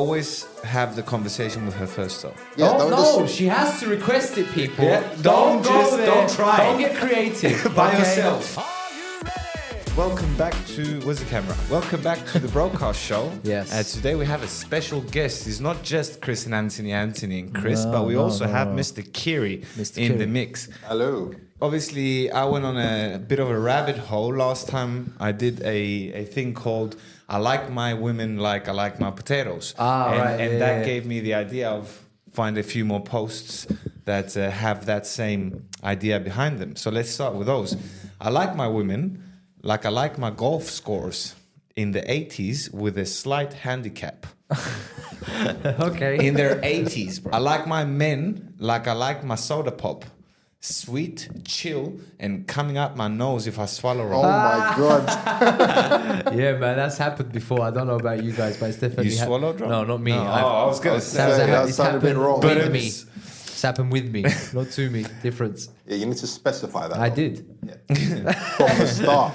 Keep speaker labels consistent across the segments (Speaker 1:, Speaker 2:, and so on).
Speaker 1: always have the conversation with her first though.
Speaker 2: Yeah,
Speaker 3: don't,
Speaker 2: don't
Speaker 3: Oh, no,
Speaker 2: just-
Speaker 3: she has to request it, people.
Speaker 1: Yeah, don't
Speaker 3: go
Speaker 1: just-
Speaker 3: there.
Speaker 1: don't try.
Speaker 3: Don't get creative
Speaker 1: By
Speaker 3: okay?
Speaker 1: yourself. Welcome back to where's the camera? Welcome back to the broadcast show.
Speaker 3: Yes.
Speaker 1: Uh, today we have a special guest. It's not just Chris and Anthony, Anthony and Chris, but we also have Mr. Kiri
Speaker 3: Mr.
Speaker 1: in the
Speaker 3: Kiri.
Speaker 1: mix.
Speaker 2: Hello.
Speaker 1: Obviously, I went on a bit of a rabbit hole last time. I did a, a thing called I like my women like I like my potatoes.
Speaker 3: Ah,
Speaker 1: and,
Speaker 3: right,
Speaker 1: And
Speaker 3: yeah,
Speaker 1: that
Speaker 3: yeah.
Speaker 1: gave me the idea of find a few more posts that uh, have that same idea behind them. So let's start with those. I like my women like I like my golf scores in the 80s with a slight handicap.
Speaker 3: Okay.
Speaker 1: In their 80s, bro. I like my men like I like my soda pop. Sweet, chill, and coming up my nose if I swallow
Speaker 2: Oh
Speaker 1: wrong.
Speaker 2: my god.
Speaker 3: yeah, man, that's happened before. I don't know about you guys, but it's definitely
Speaker 1: You
Speaker 3: hap-
Speaker 1: swallowed, bro?
Speaker 3: No, not me.
Speaker 1: No,
Speaker 3: I've-
Speaker 1: oh, I was gonna
Speaker 3: it's
Speaker 1: say,
Speaker 3: hap-
Speaker 2: yeah,
Speaker 3: it's
Speaker 2: that sounded a bit
Speaker 3: happened
Speaker 2: wrong.
Speaker 1: But
Speaker 3: with
Speaker 1: it
Speaker 3: me.
Speaker 1: was-
Speaker 3: It's happened with me, not to me. Difference.
Speaker 2: Yeah, you need to specify that.
Speaker 3: I did.
Speaker 2: From the start.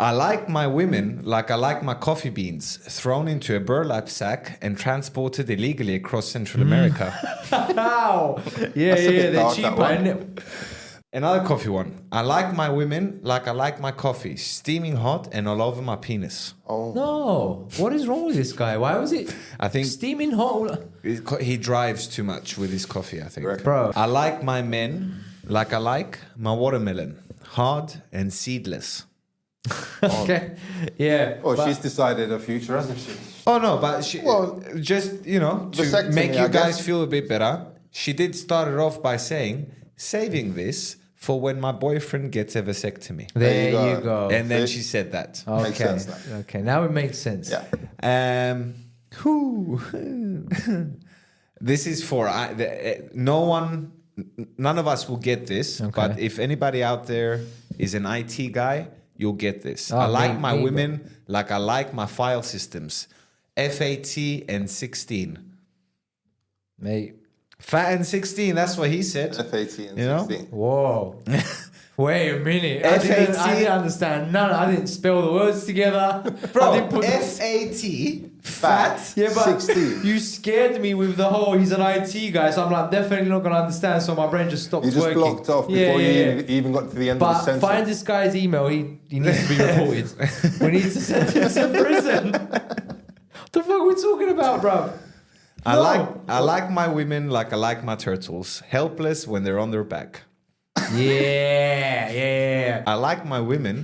Speaker 1: I like my women like I like my coffee beans, thrown into a burlap sack and transported illegally across Central America.
Speaker 3: Ow! Yeah,
Speaker 2: That's a
Speaker 3: yeah,
Speaker 2: bit
Speaker 3: they're
Speaker 2: dark,
Speaker 3: cheap,
Speaker 2: that one.
Speaker 3: man.
Speaker 1: Another coffee one. I like my women like I like my coffee, steaming hot and all over my penis.
Speaker 3: No, what is wrong with this guy? Why was it
Speaker 1: I think
Speaker 3: steaming hot?
Speaker 1: he he drives too much with his coffee, I think.
Speaker 2: Correct.
Speaker 3: Bro.
Speaker 1: I like my men like I like my watermelon, hard and seedless.
Speaker 3: Okay, yeah.
Speaker 2: Oh,
Speaker 3: but-
Speaker 2: she's decided her future, hasn't she?
Speaker 1: Oh no, but she
Speaker 2: Well,
Speaker 1: just you know to
Speaker 2: vasectomy,
Speaker 1: make you
Speaker 2: I
Speaker 1: guys
Speaker 2: guess.
Speaker 1: feel a bit better. She did start it off by saying, "Saving this for when my boyfriend gets a vasectomy,"
Speaker 3: there,
Speaker 2: There you
Speaker 3: you
Speaker 2: go.
Speaker 3: go.
Speaker 1: and then
Speaker 2: see?
Speaker 1: she said that.
Speaker 3: okay,
Speaker 2: Makes sense now.
Speaker 3: okay, now it makes sense.
Speaker 2: Yeah.
Speaker 1: Um, who? this is for I, the, uh, no one, n- none of us will get this. But if anybody out there is an IT guy, you'll get this.
Speaker 3: Oh,
Speaker 1: I like
Speaker 3: me-
Speaker 1: my
Speaker 3: me, bro.
Speaker 1: women like I like my file systems, FAT and sixteen.
Speaker 3: mate.
Speaker 1: Fat and sixteen. That's what he said.
Speaker 2: F eighteen and
Speaker 1: You know?
Speaker 2: sixteen.
Speaker 3: Whoa. Wait a minute. I didn't, I
Speaker 1: FAT.
Speaker 3: didn't understand none. I didn't spell the words together. I
Speaker 1: Bro,
Speaker 3: didn't put-
Speaker 1: FAT, fat.
Speaker 3: yeah, but
Speaker 2: 16.
Speaker 3: you scared me with the whole he's an IT guy, so I'm like definitely not gonna understand. So my brain just stopped
Speaker 2: You just
Speaker 3: working.
Speaker 2: blocked off before
Speaker 3: Yeah, yeah,
Speaker 2: you
Speaker 3: yeah.
Speaker 2: even- even got to the end of
Speaker 3: But
Speaker 2: the sentence.
Speaker 3: find this guy's email. He, he needs to be reported. we need to send him to prison. what the fuck are we talking about, bruv?
Speaker 1: I
Speaker 3: No.
Speaker 1: like I like my women like I like my turtles, helpless when they're on their back.
Speaker 3: Yeah, yeah.
Speaker 1: I like my women.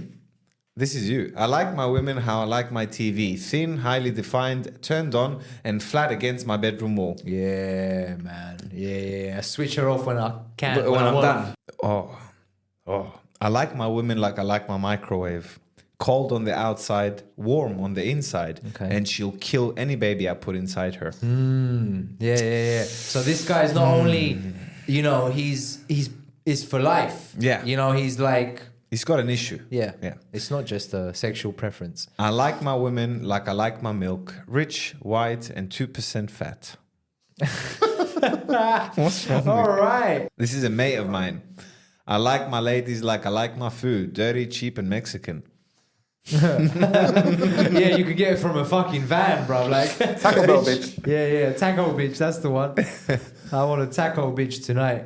Speaker 1: This is you. I like my women how I like my TV. Thin, highly defined, turned on, and flat against my bedroom wall.
Speaker 3: Yeah, man. Yeah, yeah, yeah. I switch her off when I can.
Speaker 1: But when
Speaker 3: I
Speaker 1: I'm
Speaker 3: want.
Speaker 1: done. Oh. Oh. I like my women like I like my microwave. Cold on the outside, warm on the inside.
Speaker 3: Okay.
Speaker 1: And she'll kill any baby I put inside her.
Speaker 3: Yeah, yeah, yeah. So this guy's not only, you know, he's he's is for life.
Speaker 1: Yeah.
Speaker 3: You know, he's like,
Speaker 1: He's got an issue.
Speaker 3: yeah,
Speaker 1: Yeah.
Speaker 3: It's not just a sexual preference.
Speaker 1: I like my women like I like my milk. Rich, white, and 2% fat. What's wrong with
Speaker 3: All right.
Speaker 1: This is a mate of mine. I like my ladies like I like my food, dirty, cheap, and Mexican.
Speaker 3: yeah, you could get it from a fucking van, bro. Like,
Speaker 2: Taco Bell, bitch.
Speaker 3: yeah, yeah, taco bitch. That's the one. I want a taco bitch tonight.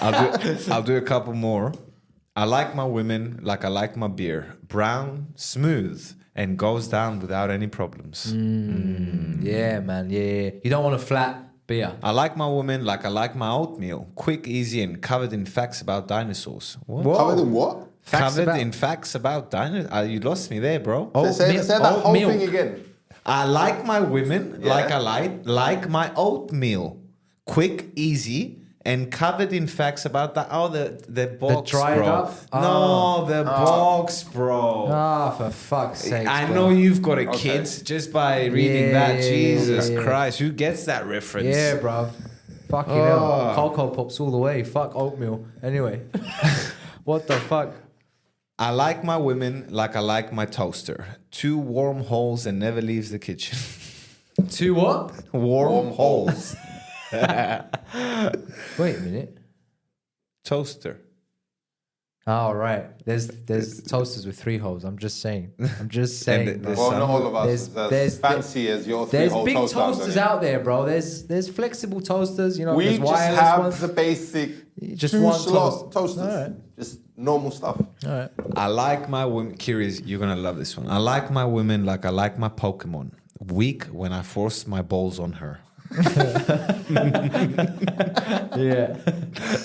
Speaker 1: I'll do, I'll do a couple more. I like my women like I like my beer, brown, smooth, and goes down without any problems.
Speaker 3: Mm. Yeah, man. Yeah, yeah. You don't want a flat beer.
Speaker 1: I like my women like I like my oatmeal, quick, easy, and covered in facts about dinosaurs. What?
Speaker 3: What?
Speaker 2: Covered in what?
Speaker 3: Facts
Speaker 1: covered
Speaker 3: about-
Speaker 1: in facts about dinosaurs. Uh, you lost me there, bro.
Speaker 3: Oh,
Speaker 2: say,
Speaker 3: milk-
Speaker 2: say that
Speaker 3: oat
Speaker 2: whole
Speaker 3: milk.
Speaker 2: thing again.
Speaker 1: I like my women
Speaker 2: Yeah.
Speaker 1: like I like like my oatmeal, quick, easy, and covered in facts about the oh the the box,
Speaker 3: dried
Speaker 1: bro.
Speaker 3: up?
Speaker 1: No,
Speaker 3: Oh.
Speaker 1: the
Speaker 2: Ah.
Speaker 1: box, bro.
Speaker 3: Ah, for fuck's sake.
Speaker 1: I know you've got a
Speaker 2: Okay.
Speaker 1: kid just by reading
Speaker 3: Yeah,
Speaker 1: that.
Speaker 3: yeah, yeah,
Speaker 1: Jesus
Speaker 3: yeah, yeah.
Speaker 1: Christ, who gets that reference?
Speaker 3: Yeah, bruv. Fucking
Speaker 1: Oh.
Speaker 3: hell. Cocoa pops all the way. Fuck oatmeal. Anyway. what the fuck?
Speaker 1: I like my women like I like my toaster. Two warm holes and never leaves the kitchen.
Speaker 3: Two what?
Speaker 1: warm,
Speaker 2: Warm
Speaker 1: holes.
Speaker 3: Wait a minute.
Speaker 1: toaster.
Speaker 3: Oh right, there's there's toasters with three holes. I'm just saying. I'm just saying.
Speaker 1: the-
Speaker 3: bro.
Speaker 1: There's
Speaker 2: well,
Speaker 1: some-
Speaker 2: not all of us.
Speaker 3: there's-
Speaker 2: There's,
Speaker 3: there's-
Speaker 2: fancy as your three
Speaker 3: There's
Speaker 2: whole
Speaker 3: big
Speaker 2: toast
Speaker 3: toasters
Speaker 2: ovens.
Speaker 3: out there, bro. There's there's flexible toasters. You know,
Speaker 2: We
Speaker 3: there's
Speaker 2: just
Speaker 3: wireless
Speaker 2: have
Speaker 3: ones.
Speaker 2: the basic
Speaker 3: Just
Speaker 2: two
Speaker 3: one
Speaker 2: slot
Speaker 3: toast.
Speaker 2: toasters,
Speaker 3: Alright.
Speaker 2: just normal stuff.
Speaker 3: All right.
Speaker 1: I like my women. Curious, you're gonna love this one. I like my women like I like my Pokemon. Weak when I force my balls on her.
Speaker 3: Yeah,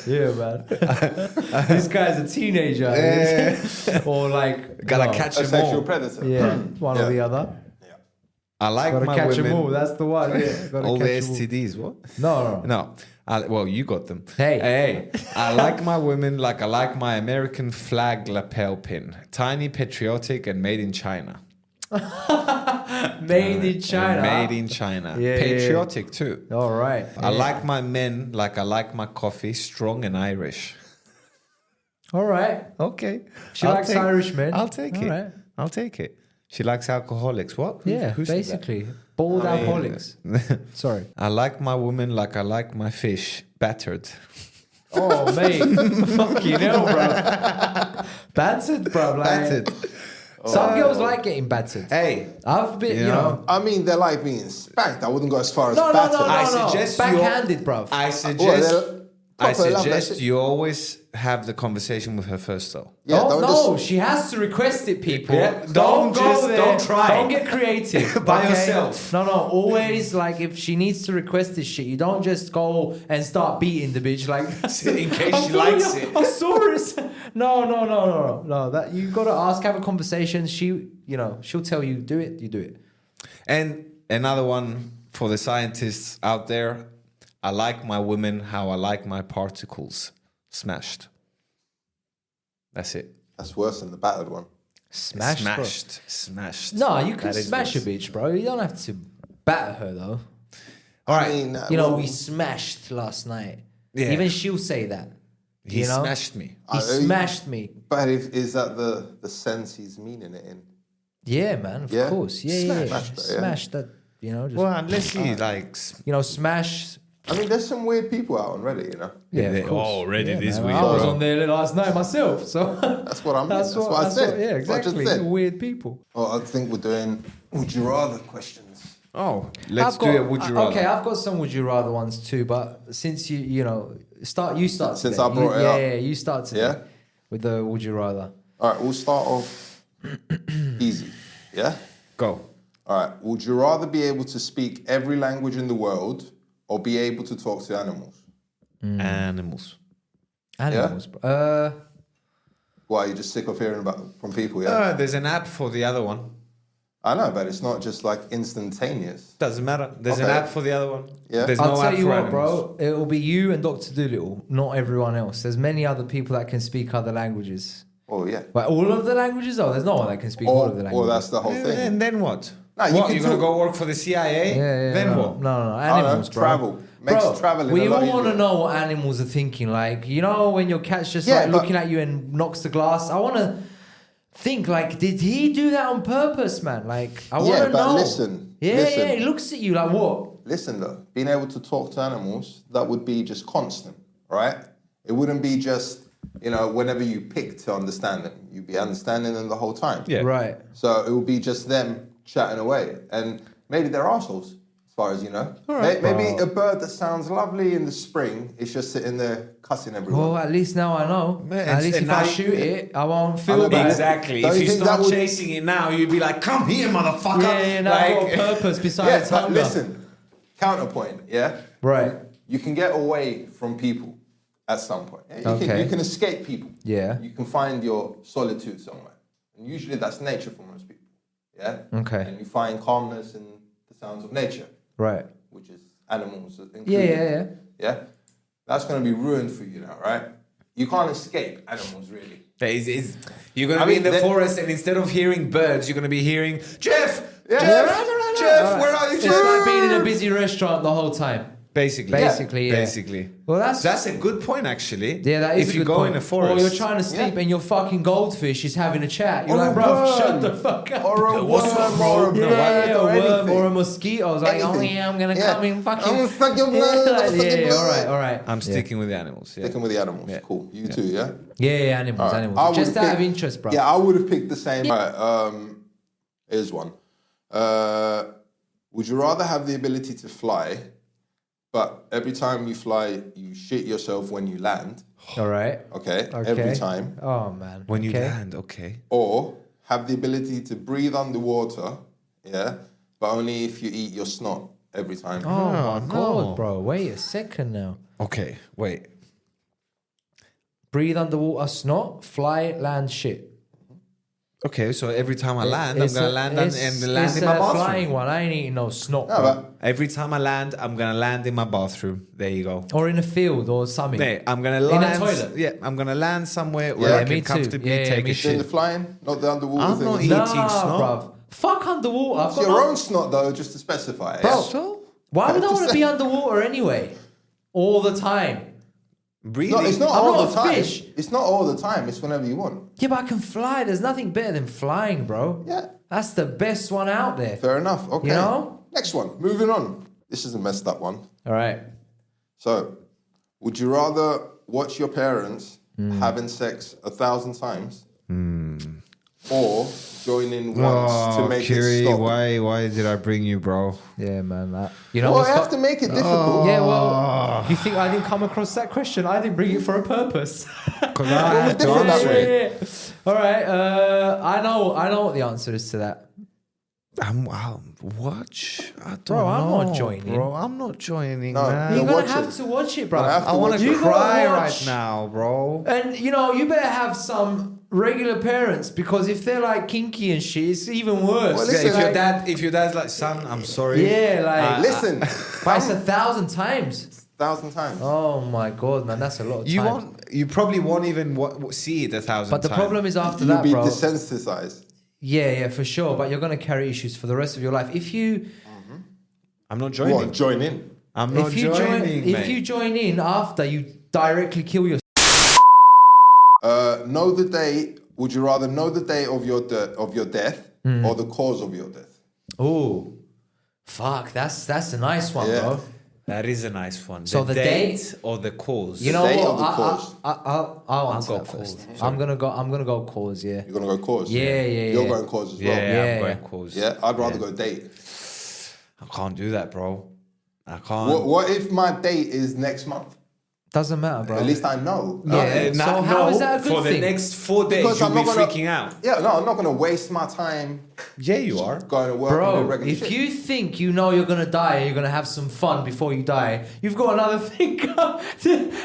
Speaker 3: yeah, man. this guy's a teenager, I mean. or like
Speaker 1: Gotta
Speaker 3: well,
Speaker 1: catch
Speaker 2: A
Speaker 1: 'em
Speaker 2: sexual
Speaker 1: all.
Speaker 2: predator.
Speaker 3: Yeah, one
Speaker 2: Yeah.
Speaker 3: or the other.
Speaker 2: Yeah.
Speaker 1: I like
Speaker 3: Gotta
Speaker 1: my
Speaker 3: catch 'em
Speaker 1: women.
Speaker 3: all. That's the one. Yeah, gotta
Speaker 1: all the
Speaker 3: catch 'em all.
Speaker 1: STDs. What?
Speaker 3: No, no,
Speaker 1: No. I, well, you got them.
Speaker 3: Hey.
Speaker 1: Hey. I like my women like I like my American flag lapel pin. Tiny, patriotic, and made in China.
Speaker 3: no. made in China.
Speaker 1: Made in China.
Speaker 3: Yeah, yeah, yeah.
Speaker 1: patriotic, too.
Speaker 3: All right.
Speaker 1: I like my men like I like my coffee strong and Irish.
Speaker 3: All right.
Speaker 1: Okay.
Speaker 3: She likes
Speaker 1: take-
Speaker 3: Irish men.
Speaker 1: I'll take it.
Speaker 3: Alright.
Speaker 1: I'll take it. She likes alcoholics. What? Who-
Speaker 3: Yeah,
Speaker 1: who said that?
Speaker 3: basically
Speaker 2: I mean-
Speaker 3: bald alcoholics. Sorry.
Speaker 1: I like my woman like I like my fish battered.
Speaker 3: Oh mate, fucking hell, bro. Battered, bro. Like,
Speaker 1: Battered.
Speaker 3: Some girls like getting battered.
Speaker 1: Hey,
Speaker 3: I've been,
Speaker 1: You
Speaker 3: you,
Speaker 1: know,
Speaker 3: know.
Speaker 2: I mean, they like being spanked. I wouldn't go as far as
Speaker 3: no, no,
Speaker 2: battered.
Speaker 3: no, no,
Speaker 1: I
Speaker 3: no.
Speaker 1: suggest you-
Speaker 3: Backhanded, bro.
Speaker 1: I
Speaker 2: Well,
Speaker 1: suggest
Speaker 2: they'll-
Speaker 1: I
Speaker 2: proper love
Speaker 1: suggest
Speaker 2: that-
Speaker 1: you always have the conversation with her first though.
Speaker 2: Yeah,
Speaker 3: oh
Speaker 2: don't
Speaker 3: no,
Speaker 2: just-
Speaker 3: she has to request it, people.
Speaker 1: Yeah, don't just- don't try.
Speaker 3: Don't get creative
Speaker 1: By
Speaker 3: okay?
Speaker 1: yourself.
Speaker 3: No, no. Always like if she needs to request this shit, you don't just go and start beating the bitch. Like
Speaker 1: In case
Speaker 3: I
Speaker 1: she
Speaker 3: saw
Speaker 1: likes
Speaker 3: your-
Speaker 1: it.
Speaker 3: I saw it. No, no, no, no, no, no. That you got to ask, have a conversation. She, you know, she'll tell you do it. You do it.
Speaker 1: And another one for the scientists out there. I like my women how I like my particles smashed. That's it.
Speaker 2: That's worse than the battered one.
Speaker 3: Smash. bro.
Speaker 1: smashed. Smashed.
Speaker 3: No, you can
Speaker 1: That is
Speaker 3: smash a
Speaker 1: worse.
Speaker 3: bitch, bro. You don't have to batter her though.
Speaker 1: All
Speaker 2: I
Speaker 1: right.
Speaker 2: mean, uh,
Speaker 3: You know,
Speaker 2: well,
Speaker 3: we smashed last night.
Speaker 1: Yeah.
Speaker 3: Even she'll say that.
Speaker 1: he
Speaker 3: you know?
Speaker 1: smashed me.
Speaker 3: He
Speaker 2: Uh,
Speaker 3: smashed me.
Speaker 2: but if, is that the, the sense he's meaning it in?
Speaker 3: Yeah, man. Of
Speaker 2: Yeah?
Speaker 3: course. Yeah, yeah, yeah.
Speaker 2: Smashed
Speaker 3: Smash,
Speaker 2: that, yeah.
Speaker 3: that. You know, just
Speaker 1: Well, unless he likes.
Speaker 3: you know, smash.
Speaker 2: I mean, there's some weird people out on Reddit, you know.
Speaker 3: Yeah,
Speaker 1: They-
Speaker 3: of course.
Speaker 1: oh, Reddit
Speaker 3: yeah,
Speaker 1: is
Speaker 3: man.
Speaker 1: weird,
Speaker 3: I was
Speaker 1: bro.
Speaker 3: on there last night myself, so that's,
Speaker 2: That's what I mean. That's, what, I said.
Speaker 3: yeah,
Speaker 2: That's what I just
Speaker 3: exactly.
Speaker 2: said.
Speaker 3: Weird people.
Speaker 2: Well, I think we're doing would you rather questions.
Speaker 1: Oh, let's
Speaker 3: I've
Speaker 1: do
Speaker 3: got-
Speaker 1: a would you
Speaker 3: uh,
Speaker 1: rather.
Speaker 3: Okay, I've got some would you rather ones too, but since you you know start you start
Speaker 2: Since
Speaker 3: today.
Speaker 2: I brought
Speaker 3: you,
Speaker 2: it
Speaker 3: yeah,
Speaker 2: up.
Speaker 3: yeah, you start today
Speaker 2: Yeah?
Speaker 3: with the would you rather.
Speaker 2: All right, we'll start off easy. Yeah?
Speaker 1: Go.
Speaker 2: All right. Would you rather be able to speak every language in the world or be able to talk to animals?
Speaker 3: Mm.
Speaker 1: Animals.
Speaker 3: Animals, bro. Uh,
Speaker 2: Why, you're just sick of hearing about from people, yeah?
Speaker 1: Uh, there's an app for the other one.
Speaker 2: I know, but it's not just like instantaneous.
Speaker 1: Doesn't matter. There's an
Speaker 2: Okay.
Speaker 1: app for the other one.
Speaker 2: Yeah.
Speaker 1: There's
Speaker 3: I'll
Speaker 1: no
Speaker 3: tell
Speaker 1: app
Speaker 3: you
Speaker 1: for
Speaker 3: what,
Speaker 1: animals.
Speaker 3: bro. It will be you and Doctor Dolittle, not everyone else. There's many other people that can speak other languages.
Speaker 2: Oh, yeah.
Speaker 3: But all of the languages, though, there's no one that can speak all
Speaker 2: Or,
Speaker 3: of the
Speaker 2: or
Speaker 3: languages.
Speaker 2: Oh, that's the whole
Speaker 1: Yeah,
Speaker 2: thing.
Speaker 1: And then what?
Speaker 2: Nah, you
Speaker 1: what?
Speaker 2: can
Speaker 1: You're going to
Speaker 2: talk-
Speaker 1: go work for the CIA?
Speaker 3: yeah, yeah,
Speaker 1: then
Speaker 3: no,
Speaker 1: what?
Speaker 3: No, no, no.
Speaker 2: I know,
Speaker 3: Animals, bro.
Speaker 2: Oh, travel. Makes
Speaker 3: bro,
Speaker 2: traveling
Speaker 3: we
Speaker 2: a lot
Speaker 3: all want to
Speaker 2: easier.
Speaker 3: know what animals are thinking. Like, you know, when your cat's just
Speaker 2: Yeah,
Speaker 3: like
Speaker 2: but-
Speaker 3: looking at you and knocks the glass. I want to think, like, did he do that on purpose, man? Like, I want to
Speaker 2: Yeah, but
Speaker 3: know.
Speaker 2: listen,
Speaker 3: Yeah,
Speaker 2: listen.
Speaker 3: yeah. He looks at you like, what?
Speaker 2: Listen though, being able to talk to animals, that would be just constant, right? It wouldn't be just, you know, whenever you pick to understand them. You'd be understanding them the whole time.
Speaker 1: Yeah.
Speaker 3: Right.
Speaker 2: So it would be just them chatting away. And maybe they're arseholes, as far as you know.
Speaker 3: right.
Speaker 2: May- maybe a bird that sounds lovely in the spring is just sitting there cussing everyone.
Speaker 3: Well, at least now I know.
Speaker 1: Man,
Speaker 3: at least
Speaker 1: and
Speaker 3: if I
Speaker 1: now-
Speaker 3: shoot it, I won't
Speaker 2: I
Speaker 3: feel
Speaker 2: know,
Speaker 3: bad.
Speaker 2: but-
Speaker 1: Exactly.
Speaker 2: Don't
Speaker 1: if
Speaker 2: you
Speaker 1: you
Speaker 2: think
Speaker 1: start
Speaker 2: that would-
Speaker 1: chasing it now, you'd be like, "Come here, motherfucker!"
Speaker 3: Yeah, yeah, no, I've got
Speaker 1: like,
Speaker 3: a purpose besides
Speaker 2: yeah, but
Speaker 3: hunger.
Speaker 2: listen, counterpoint, yeah?
Speaker 3: Right.
Speaker 2: You can get away from people at some point. Yeah, You, can,
Speaker 3: Okay.
Speaker 2: you can escape people.
Speaker 3: Yeah.
Speaker 2: You can find your solitude somewhere. And usually that's nature for most people. Yeah?
Speaker 3: Okay.
Speaker 2: And you find calmness in the sounds of nature,
Speaker 3: Right.
Speaker 2: which is animals included.
Speaker 3: Yeah, yeah, yeah.
Speaker 2: Yeah? That's going to be ruined for you now, right? You can't escape animals, really.
Speaker 1: It's- it's- you're gonna
Speaker 2: I
Speaker 1: be
Speaker 2: mean,
Speaker 1: in the
Speaker 2: that-
Speaker 1: forest, and instead of hearing birds, you're gonna be hearing Jeff,
Speaker 2: Yeah.
Speaker 1: Jeff,
Speaker 2: No, no, no, no.
Speaker 1: Jeff. Where are you,
Speaker 3: It's like
Speaker 1: Jeff?
Speaker 3: being in a busy restaurant the whole time.
Speaker 1: Basically.
Speaker 3: Basically, yeah.
Speaker 1: Basically.
Speaker 3: Well, that's-
Speaker 1: that's a good point, actually.
Speaker 3: Yeah, that is
Speaker 1: If
Speaker 3: a
Speaker 1: you
Speaker 3: good
Speaker 1: go
Speaker 3: point.
Speaker 1: in a forest,
Speaker 3: Or you're trying to sleep
Speaker 2: Yeah.
Speaker 3: and your fucking goldfish is having a chat. You're
Speaker 2: Or a
Speaker 3: like, bro,
Speaker 2: worm.
Speaker 3: shut the fuck up.
Speaker 2: Or a
Speaker 1: What's
Speaker 2: worm,
Speaker 1: up,
Speaker 2: or a
Speaker 1: bro?
Speaker 3: yeah,
Speaker 2: bird,
Speaker 3: yeah,
Speaker 2: or
Speaker 3: a worm
Speaker 2: anything.
Speaker 3: or a mosquito. I was like, oh
Speaker 2: Anything.
Speaker 3: yeah, I'm gonna
Speaker 2: Yeah.
Speaker 3: come in fucking.
Speaker 2: I'm gonna fuck your
Speaker 3: Yeah,
Speaker 2: blood, I'm gonna
Speaker 3: like,
Speaker 2: fuck your
Speaker 3: yeah,
Speaker 2: blood.
Speaker 3: all right, all right.
Speaker 1: I'm
Speaker 3: yeah.
Speaker 1: sticking with the animals. Yeah.
Speaker 2: Sticking with the animals,
Speaker 1: Yeah.
Speaker 2: cool. You too, yeah.
Speaker 3: Yeah, yeah, animals, animals.
Speaker 2: I would've
Speaker 3: Just out of
Speaker 2: picked-
Speaker 3: interest, bro.
Speaker 2: Yeah, I would have picked the same. Right, um, here's one. Uh, would you rather have the ability to fly, but every time you fly, you shit yourself when you land?
Speaker 3: All right.
Speaker 2: Okay,
Speaker 3: Okay.
Speaker 2: every time.
Speaker 3: Oh man.
Speaker 1: When you
Speaker 3: okay.
Speaker 1: land, okay.
Speaker 2: Or have the ability to breathe underwater, yeah, but only if you eat your snot every time.
Speaker 3: Oh
Speaker 1: Oh,
Speaker 3: my
Speaker 1: no.
Speaker 3: god, bro. Wait a second now.
Speaker 1: Okay, wait.
Speaker 3: Breathe underwater, snot, fly, land, shit.
Speaker 1: Okay, so every time I land,
Speaker 3: It's
Speaker 1: I'm gonna
Speaker 3: a-
Speaker 1: land and,
Speaker 3: it's-
Speaker 1: and land
Speaker 3: it's
Speaker 1: in my
Speaker 3: a
Speaker 1: bathroom.
Speaker 3: flying one. I ain't eating no snot.
Speaker 2: No,
Speaker 3: bro.
Speaker 2: but
Speaker 1: Every time I land, I'm gonna land in my bathroom. There you go.
Speaker 3: or in a field or something.
Speaker 1: Hey, I'm gonna
Speaker 3: a
Speaker 1: land.
Speaker 3: toilet?
Speaker 1: Yeah, I'm gonna land somewhere where
Speaker 2: Yeah,
Speaker 1: I can
Speaker 3: me too.
Speaker 1: comfortably
Speaker 3: Yeah, yeah,
Speaker 1: take
Speaker 3: me
Speaker 1: a
Speaker 3: too.
Speaker 2: doing the
Speaker 1: shit.
Speaker 2: flying, not the underwater
Speaker 1: I'm
Speaker 2: thing.
Speaker 1: not eating-
Speaker 3: nah,
Speaker 1: snot.
Speaker 3: bruv. Fuck underwater. I've
Speaker 2: It's
Speaker 3: got
Speaker 2: your
Speaker 3: no-
Speaker 2: own snot, though, just to specify.
Speaker 3: Bro,
Speaker 2: yeah?
Speaker 3: why would I want to be underwater anyway? All the time.
Speaker 1: Breathing.
Speaker 2: No, it's not
Speaker 3: I'm
Speaker 2: all
Speaker 3: not
Speaker 2: the
Speaker 3: a
Speaker 2: time.
Speaker 3: fish.
Speaker 2: It's not all the time. It's whenever you want.
Speaker 3: Yeah, but I can fly. There's nothing better than flying, bro.
Speaker 2: Yeah.
Speaker 3: That's the best one out there.
Speaker 2: Fair enough. Okay.
Speaker 3: know?
Speaker 2: Next one. Moving on. This is a messed up one.
Speaker 3: All right.
Speaker 2: So, would you rather watch your parents
Speaker 3: Hmm.
Speaker 2: having sex a thousand times, or join in once
Speaker 3: Oh,
Speaker 2: to make it stop?
Speaker 1: Oh, why why did I bring you, bro?
Speaker 3: Yeah, man. That, you know
Speaker 2: Well,
Speaker 3: what's
Speaker 2: I have
Speaker 3: fu-
Speaker 2: to Ah. make it difficult.
Speaker 3: Yeah, well, you think I didn't come across that question? I didn't bring it for a purpose.
Speaker 1: Because I have to
Speaker 2: different that
Speaker 1: answer it.
Speaker 3: yeah, yeah. All right. Uh, I know. I know what the answer is to that.
Speaker 1: I'm, I'm watch. I don't
Speaker 3: Bro, I'm not
Speaker 1: know,
Speaker 3: joining.
Speaker 1: Bro, I'm not joining,
Speaker 2: No.
Speaker 1: man.
Speaker 2: Yeah,
Speaker 3: You're
Speaker 2: watch
Speaker 3: gonna have
Speaker 2: it.
Speaker 3: to watch it, bro.
Speaker 2: Gonna have to
Speaker 1: I want
Speaker 2: watch
Speaker 1: to
Speaker 2: it.
Speaker 3: You gotta
Speaker 1: cry right
Speaker 3: watch.
Speaker 1: now, bro.
Speaker 3: And you know, you better have some regular parents because if they're like kinky and shit, it's even worse.
Speaker 2: Well,
Speaker 1: Yeah,
Speaker 2: listen,
Speaker 1: if your
Speaker 3: like,
Speaker 1: dad, if your dad's like, son, I'm sorry.
Speaker 3: yeah, like
Speaker 2: Listen,
Speaker 3: but it's a thousand times.
Speaker 2: thousand times.
Speaker 3: Oh my god, man, that's a lot of
Speaker 1: You
Speaker 3: times.
Speaker 1: won't. You probably won't even wa- wa- see it a thousand.
Speaker 3: but the
Speaker 1: times.
Speaker 3: problem is after
Speaker 2: You'll
Speaker 3: that,
Speaker 2: be
Speaker 3: bro.
Speaker 2: desensitized.
Speaker 3: yeah, yeah, for sure. But you're gonna carry issues for the rest of your life if you
Speaker 1: I'm not joining.
Speaker 2: What? Join in.
Speaker 1: I'm not
Speaker 3: if you join
Speaker 1: joining,
Speaker 3: if
Speaker 1: mate.
Speaker 3: you join in after you directly kill yourself.
Speaker 2: Uh, know the date. Would you rather know the date of your de- of your death
Speaker 3: Hmm.
Speaker 2: or the cause of your death?
Speaker 3: Oh, fuck, that's that's a nice one,
Speaker 2: Yeah.
Speaker 3: bro.
Speaker 1: that is a nice one.
Speaker 3: So the
Speaker 1: date,
Speaker 3: date-
Speaker 1: or the cause.
Speaker 3: You know
Speaker 2: They
Speaker 3: what?
Speaker 2: are the
Speaker 3: I,
Speaker 2: cause.
Speaker 3: I, I, I'll, I'll answer
Speaker 1: go
Speaker 3: that
Speaker 1: cause.
Speaker 3: first. I'm gonna go. I'm gonna go cause. Yeah.
Speaker 2: You're gonna go cause.
Speaker 3: Yeah, yeah,
Speaker 2: You're
Speaker 3: yeah.
Speaker 2: going cause as
Speaker 1: yeah,
Speaker 2: well.
Speaker 3: Yeah,
Speaker 1: I'm going
Speaker 3: yeah.
Speaker 1: cause.
Speaker 2: Yeah, I'd rather go date.
Speaker 1: I can't do that, bro. I can't.
Speaker 2: What, what if my date is next month?
Speaker 3: Doesn't matter, bro.
Speaker 2: At least I know.
Speaker 1: No,
Speaker 3: Yeah.
Speaker 1: eh,
Speaker 3: So
Speaker 1: no,
Speaker 3: how
Speaker 1: no,
Speaker 3: is that a good
Speaker 1: for
Speaker 3: thing?
Speaker 1: the next four days,
Speaker 2: Because
Speaker 1: you'll
Speaker 2: I'm
Speaker 1: be
Speaker 2: not gonna-
Speaker 1: freaking out.
Speaker 2: Yeah, no, I'm not gonna waste my time
Speaker 1: Yeah, you are.
Speaker 2: going to work and doing
Speaker 3: Bro,
Speaker 2: regular
Speaker 3: if
Speaker 2: shit.
Speaker 3: you think you know you're gonna die and you're gonna have some fun before you die, you've got another thing. coming.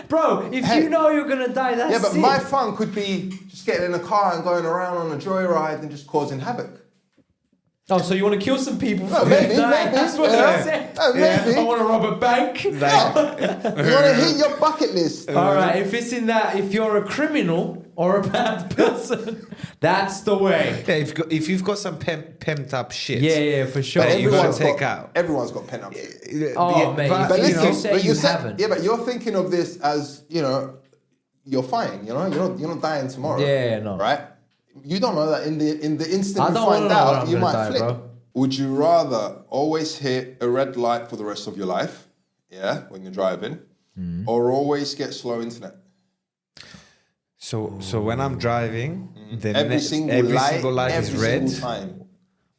Speaker 3: Bro, if
Speaker 2: Hey.
Speaker 3: you know you're gonna die, that's
Speaker 2: yeah, but
Speaker 3: it.
Speaker 2: my fun could be just getting in a car and going around on a joyride and just causing havoc.
Speaker 3: oh, so you want to kill some people
Speaker 2: Oh,
Speaker 3: before
Speaker 2: maybe,
Speaker 3: you die?
Speaker 2: maybe.
Speaker 3: That's what
Speaker 2: Yeah.
Speaker 3: I said.
Speaker 2: Oh, maybe.
Speaker 3: I want to rob a bank.
Speaker 2: You wanna hit your bucket list.
Speaker 3: All right, if it's in that, if you're a criminal or a bad person, that's the way.
Speaker 1: Yeah, if, you've got- if you've got some pem- pent up shit,
Speaker 3: Yeah, yeah, for sure.
Speaker 1: But you everyone-
Speaker 2: Everyone's
Speaker 1: gotta take
Speaker 2: got,
Speaker 1: out.
Speaker 2: Everyone's got pent up.
Speaker 1: yeah,
Speaker 3: Oh,
Speaker 1: yeah,
Speaker 3: mate,
Speaker 1: but,
Speaker 2: But
Speaker 1: you
Speaker 3: you
Speaker 2: listen,
Speaker 1: know,
Speaker 3: say
Speaker 2: but
Speaker 3: you
Speaker 2: you said,
Speaker 3: haven't.
Speaker 2: yeah, but you're thinking of this as you know, you're fine. You know, you're not, you're not dying tomorrow.
Speaker 3: Yeah, no.
Speaker 2: right? You don't know that in the in the instant
Speaker 3: I
Speaker 2: you
Speaker 3: don't wanna
Speaker 2: find
Speaker 3: know when
Speaker 2: out,
Speaker 3: I'm
Speaker 2: you
Speaker 3: gonna
Speaker 2: might
Speaker 3: die,
Speaker 2: flip.
Speaker 3: bro.
Speaker 2: Would you rather always hit a red light for the rest of your life? Yeah, when you're driving,
Speaker 3: Mm.
Speaker 2: or always get slow internet?
Speaker 1: so so when I'm driving, the
Speaker 2: Mm-hmm. Every
Speaker 1: next-
Speaker 2: single
Speaker 1: every
Speaker 2: light,
Speaker 1: single light
Speaker 2: every
Speaker 1: is red.
Speaker 2: single time.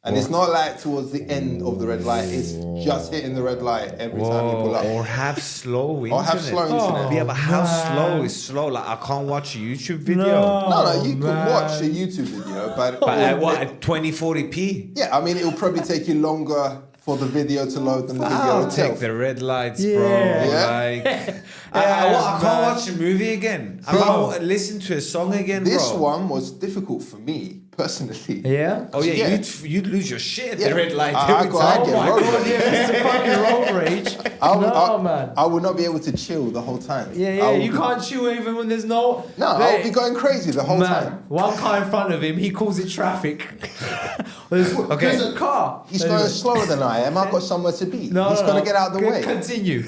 Speaker 2: And it's not like towards the end of the red light. It's just hitting the red light every time you pull
Speaker 1: Whoa,
Speaker 2: up.
Speaker 1: or have slow internet.
Speaker 2: Or have slow internet.
Speaker 1: Yeah, but how
Speaker 3: Oh, man.
Speaker 1: slow is slow? Like I can't watch a YouTube video.
Speaker 2: No, no, you
Speaker 3: Oh, man.
Speaker 2: could watch a YouTube video, but,
Speaker 1: But
Speaker 2: it-
Speaker 1: at what at 2040p?
Speaker 2: yeah, I mean, it'll probably take you longer for the video to load than Ah, the video
Speaker 1: I'll
Speaker 2: itself.
Speaker 1: take the red lights, bro.
Speaker 3: Yeah.
Speaker 2: Yeah.
Speaker 1: Like I, I, wa- I can't
Speaker 3: man.
Speaker 1: watch a movie again. I
Speaker 2: Bro.
Speaker 1: can't wa- listen to a song again,
Speaker 2: This
Speaker 1: bro.
Speaker 2: one was difficult for me personally.
Speaker 3: Yeah.
Speaker 1: Oh yeah,
Speaker 2: Yeah.
Speaker 1: You'd, you'd lose your shit at
Speaker 2: Yeah. Ah,
Speaker 1: the red light.
Speaker 2: I- I
Speaker 1: every
Speaker 2: got- I
Speaker 1: time.
Speaker 2: get
Speaker 3: Oh my
Speaker 2: road
Speaker 3: god,
Speaker 2: rage.
Speaker 3: yeah, Mr. fucking road rage.
Speaker 2: I would,
Speaker 3: no,
Speaker 2: I,
Speaker 3: man.
Speaker 2: I would not be able to chill the whole time.
Speaker 3: yeah,
Speaker 2: I
Speaker 3: yeah,
Speaker 2: would
Speaker 3: you
Speaker 2: be-
Speaker 3: can't chew even when there's no.
Speaker 2: No, I would be going crazy the whole
Speaker 3: man,
Speaker 2: time.
Speaker 3: One car in front of him, he calls it traffic. there's,
Speaker 1: Okay.
Speaker 3: there's a car.
Speaker 2: He's
Speaker 3: Anyway.
Speaker 2: going slower than I am. I've got somewhere to be.
Speaker 3: No,
Speaker 2: He's
Speaker 3: no,
Speaker 2: going
Speaker 3: no.
Speaker 2: to get out of the
Speaker 3: Con-
Speaker 2: way.
Speaker 3: Continue.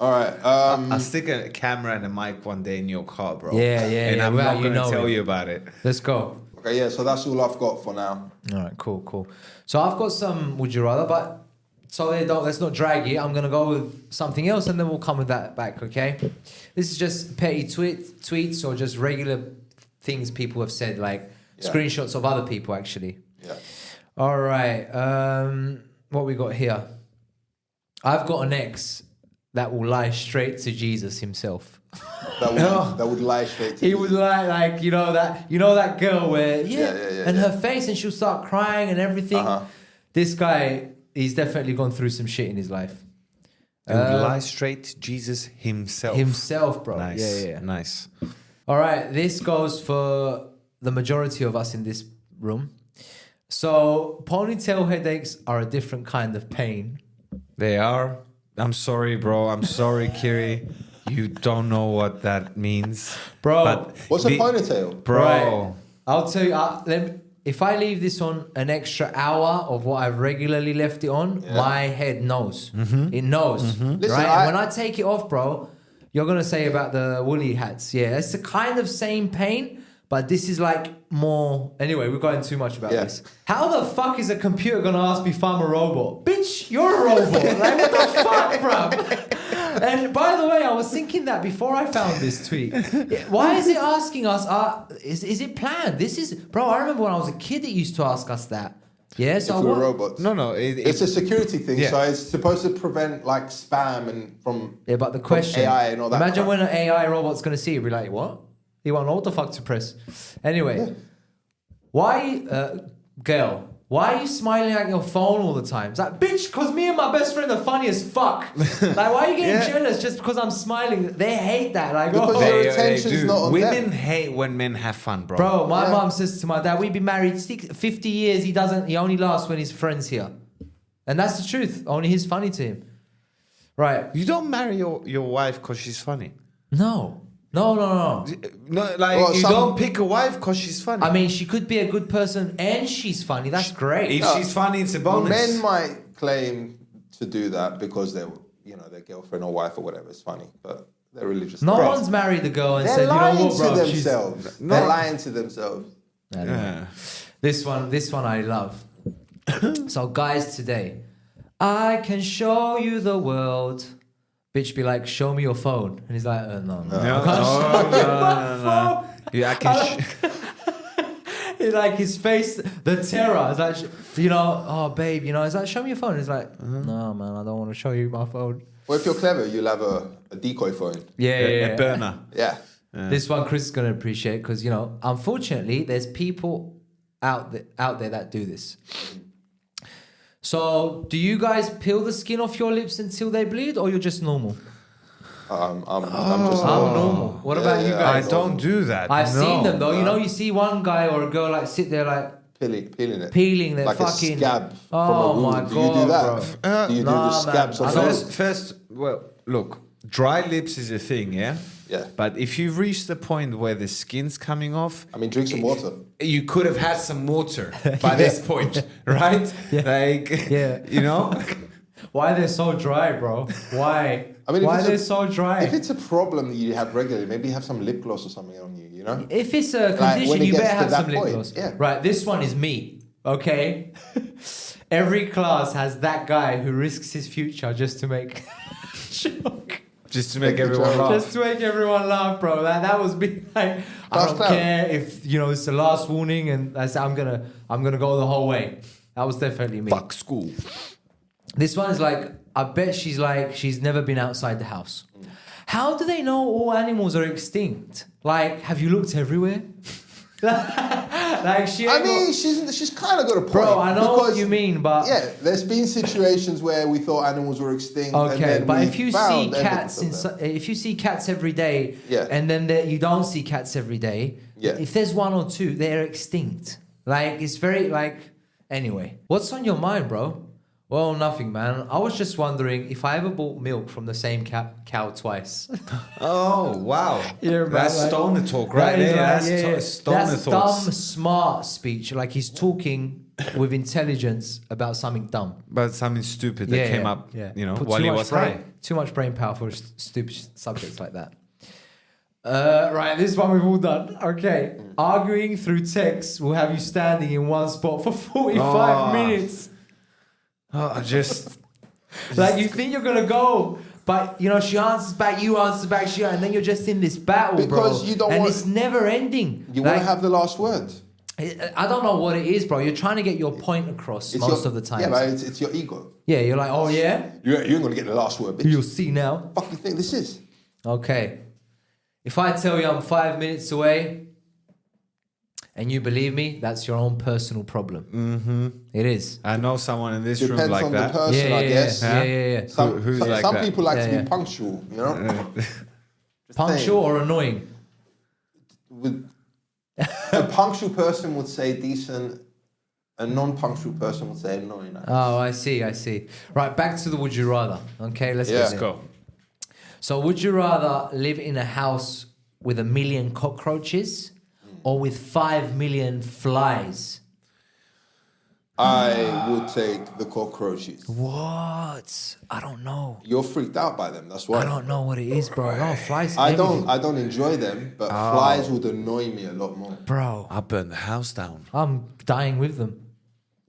Speaker 2: All right. Um,
Speaker 1: I'll stick a camera and a mic one day in your car, bro.
Speaker 3: Mm. Yeah, yeah,
Speaker 1: And
Speaker 3: yeah,
Speaker 1: I'm
Speaker 3: well,
Speaker 1: not
Speaker 3: you
Speaker 1: gonna
Speaker 3: know
Speaker 1: tell
Speaker 3: it.
Speaker 1: you about it.
Speaker 3: Let's go.
Speaker 2: okay, yeah. So that's all I've got for now.
Speaker 3: All right, cool, cool. So I've got some would you rather, but so they don't. Let's not drag it. I'm gonna go with something else, and then we'll come with that back. Okay. This is just petty tweet tweets or just regular things people have said, like
Speaker 2: Yeah.
Speaker 3: screenshots of other people actually.
Speaker 2: Yeah.
Speaker 3: All right. Um, what we got here? I've got an ex that will lie straight to Jesus himself.
Speaker 2: That would,
Speaker 3: No.
Speaker 2: that would lie straight to
Speaker 3: He
Speaker 2: you.
Speaker 3: would lie like you know that you know that girl where yeah,
Speaker 2: Yeah, yeah, yeah,
Speaker 3: and
Speaker 2: yeah.
Speaker 3: her face and she'll start crying and everything.
Speaker 2: Uh-huh.
Speaker 3: This guy, he's definitely gone through some shit in his life
Speaker 1: And
Speaker 3: Uh,
Speaker 1: lie straight to Jesus himself.
Speaker 3: himself, bro.
Speaker 1: Nice.
Speaker 3: Yeah, yeah, yeah.
Speaker 1: Nice.
Speaker 3: All right, this goes for the majority of us in this room. So ponytail headaches are a different kind of pain.
Speaker 1: They are. I'm sorry, bro. I'm sorry, Kiri. You don't know what that means.
Speaker 3: Bro.
Speaker 2: Oh, What's a
Speaker 1: the-
Speaker 2: ponytail?
Speaker 1: Bro.
Speaker 3: Right. I'll tell you. I, let me- if I leave this on an extra hour of what I've regularly left it on, my head knows. It knows.
Speaker 2: Listen,
Speaker 3: right? And
Speaker 2: I-
Speaker 3: when I take it off, bro, you're gonna say about the woolly hats. Yeah, it's the kind of same pain, but this is like more. Anyway, we're going too much about
Speaker 2: Yeah.
Speaker 3: this. How the fuck is a computer gonna ask me if I'm a robot? Bitch, you're a robot. like what the fuck, bruv? And by the way, I was thinking that before I found this tweet. Why is it asking us? Uh, is is it planned? This is, bro. I remember when I was a kid, it used to ask us that. Yeah, so
Speaker 2: If we're
Speaker 3: what-
Speaker 2: robots.
Speaker 1: No, no. It,
Speaker 2: It's a security thing,
Speaker 1: Yeah.
Speaker 2: so it's supposed to prevent like spam and from.
Speaker 3: Yeah, but the question.
Speaker 2: AI and all that
Speaker 3: Imagine
Speaker 2: crap.
Speaker 3: when an AI robot's going to see it, be like, what? He won't know what the fuck to press. Anyway, why, uh, girl, why are you smiling at your phone all the time? It's like, bitch, because me and my best friend are funny as fuck. like, why are you getting
Speaker 1: Yeah.
Speaker 3: jealous just because I'm smiling? They hate that. Like,
Speaker 2: Because
Speaker 3: oh.
Speaker 2: Their they're- attention's not on
Speaker 1: Women
Speaker 2: them.
Speaker 1: hate when men have fun, bro.
Speaker 3: Bro, my
Speaker 2: Yeah.
Speaker 3: mom says to my dad, we've been married six, 50 years. He doesn't, he only laughs when his friend's here. And that's the truth. Only he's funny to him. Right.
Speaker 1: You don't marry your, your wife because she's funny.
Speaker 3: No. No, no, no.
Speaker 1: No, like
Speaker 2: Well,
Speaker 1: you
Speaker 2: some-
Speaker 1: don't pick a wife because she's funny.
Speaker 3: I mean, she could be a good person and she's funny. That's great.
Speaker 1: if
Speaker 2: No.
Speaker 1: she's funny, it's a
Speaker 2: Well,
Speaker 1: bonus.
Speaker 2: men might claim to do that because they're, you know, their girlfriend or wife or whatever is funny, but they're really just.
Speaker 3: no
Speaker 2: Bro,
Speaker 3: one's married a girl and
Speaker 2: They're
Speaker 3: said, you
Speaker 2: lying
Speaker 3: know what, bro?
Speaker 2: to
Speaker 3: she's-"
Speaker 2: themselves.
Speaker 1: No.
Speaker 2: They're lying to themselves.
Speaker 3: I don't know.
Speaker 1: Yeah.
Speaker 3: This one, this one I love. so, guys, today, I can show you the world. Bitch be like, show me your phone. And he's like, uh, no, no.
Speaker 1: No, no, no, no, no. Oh, Yeah, I can. sh-
Speaker 3: He like his face, the terror. It's like, sh- you know, oh, babe, you know, it's like, show me your phone. He's like, no, man, I don't want to show you my phone.
Speaker 2: Well, if you're clever, you'll have a, a decoy phone.
Speaker 3: Yeah, yeah,
Speaker 1: a
Speaker 3: yeah.
Speaker 1: burner.
Speaker 2: Yeah.
Speaker 3: This one Chris is going to appreciate because you know, unfortunately, there's people out th- out there that do this. So, do you guys peel the skin off your lips until they bleed, or you're just normal?
Speaker 2: Um, I'm, I'm just.
Speaker 3: I'm normal. What
Speaker 2: Oh, Yeah,
Speaker 3: about you
Speaker 2: yeah,
Speaker 1: I
Speaker 3: guys?
Speaker 1: don't do that.
Speaker 3: I've
Speaker 1: no.
Speaker 3: seen them though. You know, you see one guy or a girl like sit there like
Speaker 2: peeling, peeling it.
Speaker 3: peeling their
Speaker 2: like
Speaker 3: fucking
Speaker 2: a scab
Speaker 3: Oh
Speaker 2: from a
Speaker 3: my
Speaker 2: wound. Do you
Speaker 3: God,
Speaker 2: do
Speaker 3: bro.
Speaker 2: that? do you do
Speaker 3: Nah,
Speaker 2: the scabs
Speaker 3: man.
Speaker 2: on
Speaker 3: I
Speaker 2: your-
Speaker 3: don't-
Speaker 1: First, first, well, look, dry lips is a thing, yeah.
Speaker 2: Yeah.
Speaker 1: But if you reach the point where the skin's coming off,
Speaker 2: I mean, drink some water.
Speaker 1: you could have had some water by this point, right? Like,
Speaker 3: Yeah.
Speaker 1: you know,
Speaker 3: Why they're so dry, bro? Why?
Speaker 2: I mean, if
Speaker 3: why
Speaker 2: it's a-
Speaker 3: they're so dry?
Speaker 2: If it's a problem that you have regularly, maybe have some lip gloss or something on you, you know?
Speaker 3: If it's a
Speaker 2: Like,
Speaker 3: condition,
Speaker 2: when it
Speaker 3: you
Speaker 2: gets
Speaker 3: better
Speaker 2: to
Speaker 3: have
Speaker 2: that
Speaker 3: some lip
Speaker 2: point,
Speaker 3: gloss.
Speaker 2: yeah.
Speaker 3: Right, this one is me. Okay, every class has that guy who risks his future just to make joke.
Speaker 1: just to make
Speaker 2: the
Speaker 1: everyone
Speaker 2: joke.
Speaker 1: laugh.
Speaker 3: Just to make everyone laugh, bro. That that was me. Like, I
Speaker 2: Class
Speaker 3: don't
Speaker 2: clown.
Speaker 3: care if you know it's the last warning, and I said I'm gonna I'm gonna go the whole way. That was definitely me.
Speaker 1: Fuck school.
Speaker 3: This one is like, I bet she's like, she's never been outside the house. How do they know all animals are extinct? Like, have you looked everywhere? like, she.
Speaker 2: I
Speaker 3: ain't got-
Speaker 2: mean, she's she's kind of got a point.
Speaker 3: bro, I know what
Speaker 2: because,
Speaker 3: you mean, uh, but
Speaker 2: Yeah, there's been situations where we thought animals were extinct. and
Speaker 3: okay.
Speaker 2: then
Speaker 3: But
Speaker 2: we
Speaker 3: if you see
Speaker 2: found
Speaker 3: cats
Speaker 2: evidence of
Speaker 3: inside, if you see cats every day,
Speaker 2: Yeah.
Speaker 3: and then there- you don't see cats every day,
Speaker 2: Yeah.
Speaker 3: if there's one or two, they're extinct. Like, it's very like. Anyway, what's on your mind, bro? Well, nothing, man. I was just wondering if I ever bought milk from the same ca- cow twice.
Speaker 1: Oh wow,
Speaker 3: Yeah, man,
Speaker 1: that's
Speaker 3: like-
Speaker 1: stoner talk right
Speaker 3: That is
Speaker 1: there.
Speaker 3: like,
Speaker 1: That's
Speaker 3: yeah,
Speaker 1: to-
Speaker 3: yeah.
Speaker 1: stoner
Speaker 3: That's
Speaker 1: thoughts.
Speaker 3: dumb, smart speech. Like he's talking with intelligence about something dumb.
Speaker 1: But something stupid that came up, you know,
Speaker 3: Put
Speaker 1: while
Speaker 3: too
Speaker 1: he
Speaker 3: much
Speaker 1: was
Speaker 3: brain,
Speaker 1: high.
Speaker 3: Too much brain power for st- stupid s- subjects like that. Uh, right, this one we've all done. Okay, arguing through text will have you standing in one spot for 45
Speaker 1: Oh.
Speaker 3: minutes.
Speaker 1: Oh, I just
Speaker 3: Like you think you're gonna go, but you know she answers back, you answer back, she, and then you're just in this battle,
Speaker 2: Because
Speaker 3: bro.
Speaker 2: you don't
Speaker 3: and
Speaker 2: want-
Speaker 3: it's never ending.
Speaker 2: You
Speaker 3: Like,
Speaker 2: want to have the last word.
Speaker 3: I- I don't know what it is, bro. You're trying to get your point across
Speaker 2: It's
Speaker 3: most
Speaker 2: your-
Speaker 3: of the time.
Speaker 2: Yeah, like, it's, it's your ego.
Speaker 3: Yeah, you're like, oh yeah,
Speaker 2: You, you ain't gonna get the last word, bitch.
Speaker 3: you'll see now.
Speaker 2: Fuck you think this is?
Speaker 3: Okay, if I tell you I'm five minutes away, and you believe me, that's your own personal problem. Mm-hmm. is.
Speaker 1: I know someone in this room
Speaker 2: Depends
Speaker 1: like
Speaker 2: on
Speaker 1: that.
Speaker 2: the person,
Speaker 3: Yeah, yeah,
Speaker 2: I
Speaker 3: yeah.
Speaker 2: guess.
Speaker 3: yeah, yeah, yeah.
Speaker 2: Some,
Speaker 1: Who- who's
Speaker 2: some,
Speaker 1: like
Speaker 2: some
Speaker 1: that?
Speaker 2: people like
Speaker 3: Yeah,
Speaker 2: to be
Speaker 3: yeah.
Speaker 2: punctual, you know.
Speaker 3: Punctual or annoying?
Speaker 2: With, a punctual person would say decent. A non-punctual person would say annoying.
Speaker 3: Oh, I see, I see. Right, back to the would you rather. Okay, let's
Speaker 2: Yeah.
Speaker 3: get
Speaker 1: Let's go.
Speaker 3: So, would you rather live in a house with a million cockroaches or with five million flies?
Speaker 2: I would take the cockroaches.
Speaker 3: What? I don't know.
Speaker 2: You're freaked out by them. That's why.
Speaker 3: I don't know what it is, bro. No, flies.
Speaker 2: I
Speaker 3: everything.
Speaker 2: don't. I don't enjoy them, but
Speaker 3: Oh.
Speaker 2: flies would annoy me a lot more.
Speaker 3: Bro,
Speaker 1: I burn the house down.
Speaker 3: I'm dying with them.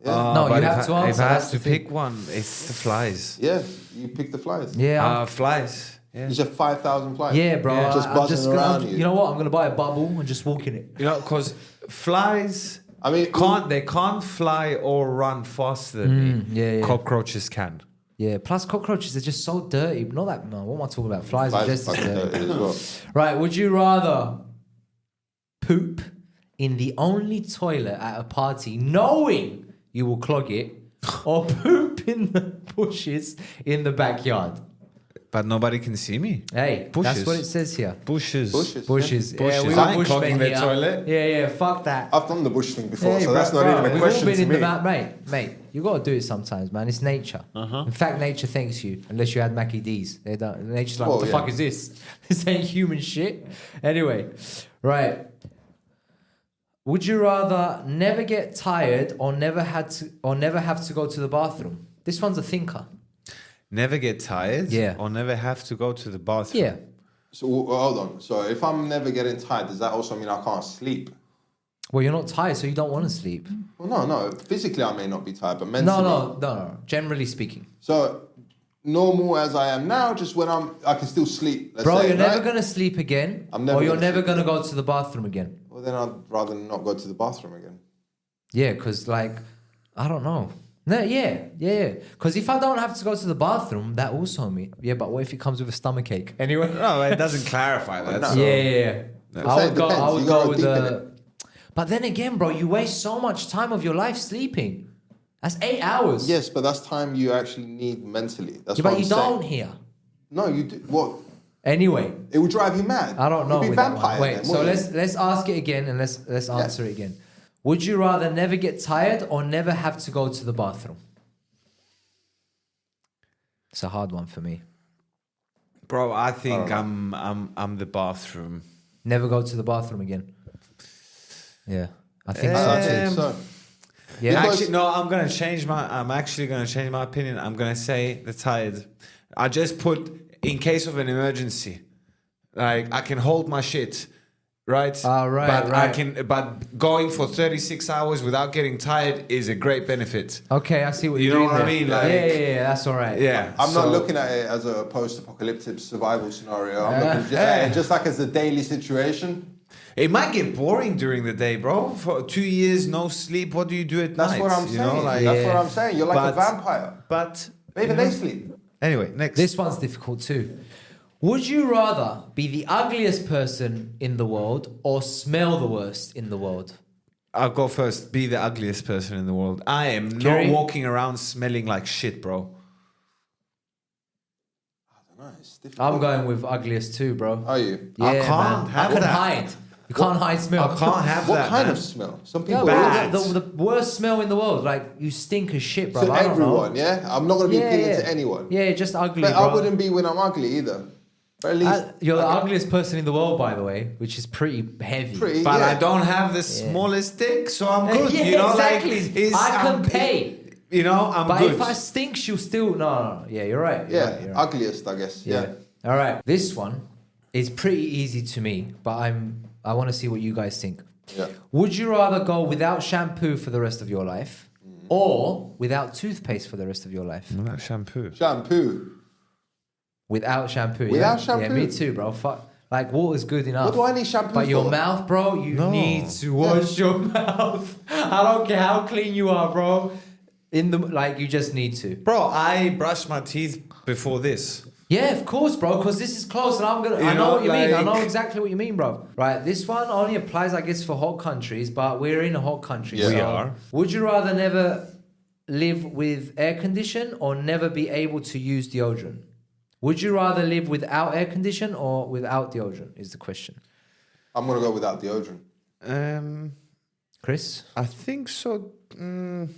Speaker 1: Oh,
Speaker 3: No, you
Speaker 1: but
Speaker 3: have
Speaker 1: if
Speaker 3: to
Speaker 1: I, If
Speaker 3: answer,
Speaker 1: I have
Speaker 3: that's the
Speaker 1: to
Speaker 3: thing.
Speaker 1: pick one, it's the flies.
Speaker 2: Yeah, you pick the flies.
Speaker 3: Yeah. I'm-
Speaker 1: Uh, flies. Yeah.
Speaker 2: These are five thousand flies.
Speaker 3: yeah, bro. I-
Speaker 2: Just
Speaker 3: I'm
Speaker 2: buzzing
Speaker 3: just
Speaker 2: around
Speaker 3: gonna,
Speaker 2: you.
Speaker 3: you. know what? I'm gonna buy a bubble and just walk in it.
Speaker 1: You know, because flies.
Speaker 2: I mean,
Speaker 1: can't they can't fly or run faster than me.
Speaker 3: yeah, yeah.
Speaker 1: Cockroaches can.
Speaker 3: Yeah. Plus, cockroaches are just so dirty. Not that. No, what am I talking about? Flies,
Speaker 2: flies
Speaker 3: are just uh, as
Speaker 2: fucking
Speaker 3: dirty.
Speaker 2: dirty as well.
Speaker 3: Right, would you rather poop in the only toilet at a party knowing you will clog it or poop in the bushes in the backyard?
Speaker 1: But nobody can see me.
Speaker 3: Hey,
Speaker 1: Bushes.
Speaker 3: that's what it says here.
Speaker 1: Bushes.
Speaker 2: Bushes.
Speaker 3: Bushes.
Speaker 1: Bushes.
Speaker 3: Yeah, we
Speaker 1: I ain't
Speaker 3: were bushmen
Speaker 1: clogging the
Speaker 3: here.
Speaker 1: toilet.
Speaker 3: Yeah, yeah, fuck that.
Speaker 2: I've done the bush thing before,
Speaker 3: Hey,
Speaker 2: so
Speaker 3: bro,
Speaker 2: that's not
Speaker 3: bro,
Speaker 2: even a
Speaker 3: we've all
Speaker 2: question
Speaker 3: been
Speaker 2: to
Speaker 3: in the
Speaker 2: me.
Speaker 3: back, mate. Mate, you gotta do it sometimes, man. It's nature. In fact, nature thanks you, unless you had Mackie D's. They don't. Nature's like,
Speaker 2: Well,
Speaker 3: what the
Speaker 2: yeah.
Speaker 3: fuck is this? This ain't human shit. Anyway, right. Would you rather never get tired or never had to or never have to go to the bathroom? This one's a thinker.
Speaker 1: Never get tired.
Speaker 3: Yeah.
Speaker 1: Or never have to go to the bathroom.
Speaker 3: Yeah.
Speaker 2: So w- hold on. So if I'm never getting tired, does that also mean I can't sleep?
Speaker 3: Well, you're not tired, so you don't want to sleep.
Speaker 2: Well, no, no. Physically, I may not be tired, but
Speaker 3: No,
Speaker 2: mentally.
Speaker 3: no, no, no. Generally speaking.
Speaker 2: So normal as I am now, just when I'm, I can still sleep. Let's
Speaker 3: Bro,
Speaker 2: say,
Speaker 3: you're
Speaker 2: right?
Speaker 3: never gonna sleep again.
Speaker 2: I'm never
Speaker 3: or you're
Speaker 2: gonna
Speaker 3: never
Speaker 2: sleep
Speaker 3: gonna go to the bathroom again.
Speaker 2: Well, then I'd rather not go to the bathroom again.
Speaker 3: Yeah, because like, I don't know. No, yeah, yeah, yeah. Because if I don't have to go to the bathroom, that also me. Yeah, but what if it comes with a stomach ache? Anyway.
Speaker 1: No, it doesn't clarify that.
Speaker 2: No.
Speaker 1: so-
Speaker 3: yeah, yeah, yeah.
Speaker 2: I'm
Speaker 3: I
Speaker 2: saying it
Speaker 3: would go. I
Speaker 2: depends.
Speaker 3: would
Speaker 2: You
Speaker 3: go
Speaker 2: gotta
Speaker 3: with
Speaker 2: deep in
Speaker 3: the. But then again, bro, you waste so much time of your life sleeping. That's eight hours.
Speaker 2: Yes, but that's time you actually need mentally. That's
Speaker 3: Yeah,
Speaker 2: what
Speaker 3: but
Speaker 2: I'm
Speaker 3: you
Speaker 2: saying.
Speaker 3: don't here.
Speaker 2: No, you do. What?
Speaker 3: Anyway,
Speaker 2: It would drive you mad.
Speaker 3: I don't know.
Speaker 2: You'd be
Speaker 3: with that
Speaker 2: vampire.
Speaker 3: one. Wait,
Speaker 2: then,
Speaker 3: so
Speaker 2: wouldn't
Speaker 3: let's let's ask it again and let's let's answer it again. Would you rather never get tired or never have to go to the bathroom? It's a hard one for me.
Speaker 1: Bro, I think
Speaker 2: Oh.
Speaker 1: I'm I'm I'm the bathroom.
Speaker 3: Never go to the bathroom again. Yeah, I think
Speaker 2: you? I
Speaker 3: so
Speaker 1: Eh,
Speaker 3: too.
Speaker 2: think so.
Speaker 3: Yeah,
Speaker 2: Because-
Speaker 1: Actually, no, I'm gonna change my I'm actually gonna change my opinion. I'm gonna say the tired. I just put in case of an emergency. Like I can hold my shit. Right?
Speaker 3: Ah, right,
Speaker 1: But I
Speaker 3: right.
Speaker 1: can but going for 36 hours without getting tired is a great benefit.
Speaker 3: okay, I see what
Speaker 1: You know
Speaker 3: you're doing
Speaker 1: what I
Speaker 3: there.
Speaker 1: mean? Like-
Speaker 3: yeah, yeah, yeah, that's all right.
Speaker 1: Yeah.
Speaker 2: I'm not
Speaker 1: so-
Speaker 2: looking at it as a post-apocalyptic survival scenario. I'm
Speaker 3: Yeah.
Speaker 2: looking just,
Speaker 1: Yeah.
Speaker 2: just like as a daily situation.
Speaker 1: It might get boring during the day, bro. For two years, no sleep. What do you do at
Speaker 2: That's
Speaker 1: night?
Speaker 2: what I'm
Speaker 1: you
Speaker 2: saying.
Speaker 1: Know, like,
Speaker 2: That's
Speaker 3: Yeah.
Speaker 2: what I'm saying. You're like a
Speaker 1: But-
Speaker 2: vampire.
Speaker 1: But
Speaker 2: But even they sleep.
Speaker 1: anyway, next.
Speaker 3: This one's difficult too. Would you rather be the ugliest person in the world or smell the worst in the world?
Speaker 1: I'll go first. Be the ugliest person in the world. I am
Speaker 3: Kerry?
Speaker 1: not walking around smelling like shit, bro.
Speaker 2: I don't know, it's
Speaker 3: I'm
Speaker 2: difficult.
Speaker 3: going with ugliest too, bro.
Speaker 2: Are you?
Speaker 3: Yeah,
Speaker 1: I can't
Speaker 3: man.
Speaker 1: have
Speaker 3: I can
Speaker 1: that.
Speaker 3: hide. You can't hide smell.
Speaker 1: I can't have
Speaker 2: What
Speaker 1: that.
Speaker 2: kind
Speaker 1: man.
Speaker 2: of smell? Some
Speaker 3: Yeah,
Speaker 2: people.
Speaker 1: Bad.
Speaker 3: bro, the, the, the worst smell in the world. Like you stink as shit, bro.
Speaker 2: To
Speaker 3: I don't
Speaker 2: everyone,
Speaker 3: know.
Speaker 2: yeah. I'm not going to be appealing to anyone.
Speaker 3: Yeah, just ugly.
Speaker 2: But
Speaker 3: bro.
Speaker 2: I wouldn't be when I'm ugly either. But at least
Speaker 3: Uh, you're the
Speaker 2: okay.
Speaker 3: ugliest person in the world, by the way, which is pretty heavy.
Speaker 2: Pretty.
Speaker 1: But
Speaker 2: Yeah.
Speaker 1: I don't have the smallest dick, so I'm good.
Speaker 3: Yeah,
Speaker 1: you know,
Speaker 3: exactly.
Speaker 1: like it's-
Speaker 3: I can
Speaker 1: I'm-
Speaker 3: pay.
Speaker 1: You know, I'm
Speaker 3: But
Speaker 1: good.
Speaker 3: if I stink, she'll still. No, no, no. Yeah, you're right. You're
Speaker 2: Yeah,
Speaker 3: right, you're right.
Speaker 2: ugliest, I guess. Yeah.
Speaker 3: All right. This one is pretty easy to me, but I'm. I want to see what you guys think.
Speaker 2: Yeah.
Speaker 3: Would you rather go without shampoo for the rest of your life,
Speaker 2: Mm.
Speaker 3: or without toothpaste for the rest of your life?
Speaker 1: What about shampoo.
Speaker 2: Shampoo.
Speaker 3: Without shampoo.
Speaker 2: Without
Speaker 3: yeah? Yeah,
Speaker 2: shampoo?
Speaker 3: me too, bro. Fuck. Like water's good enough.
Speaker 2: do I need shampoo
Speaker 3: But your
Speaker 2: for?
Speaker 3: mouth, bro, you
Speaker 1: No.
Speaker 3: need to wash your mouth. I don't care how clean you are, bro. In the like, you just need to.
Speaker 1: Bro, I brushed my teeth before this.
Speaker 3: Yeah, of course, bro. Because this is close, and I'm gonna. I
Speaker 1: You
Speaker 3: know
Speaker 1: know,
Speaker 3: what you mean. I
Speaker 1: like-
Speaker 3: know exactly what you mean, bro. Right. This one only applies, I guess, for hot countries. But we're in a hot country.
Speaker 2: Yeah. We
Speaker 3: so
Speaker 1: are.
Speaker 3: Would you rather never live with air condition or never be able to use deodorant? Would you rather live without air condition or without deodorant? Is the question.
Speaker 2: I'm gonna go without deodorant.
Speaker 1: Um,
Speaker 3: Chris?
Speaker 1: I think so. Mm,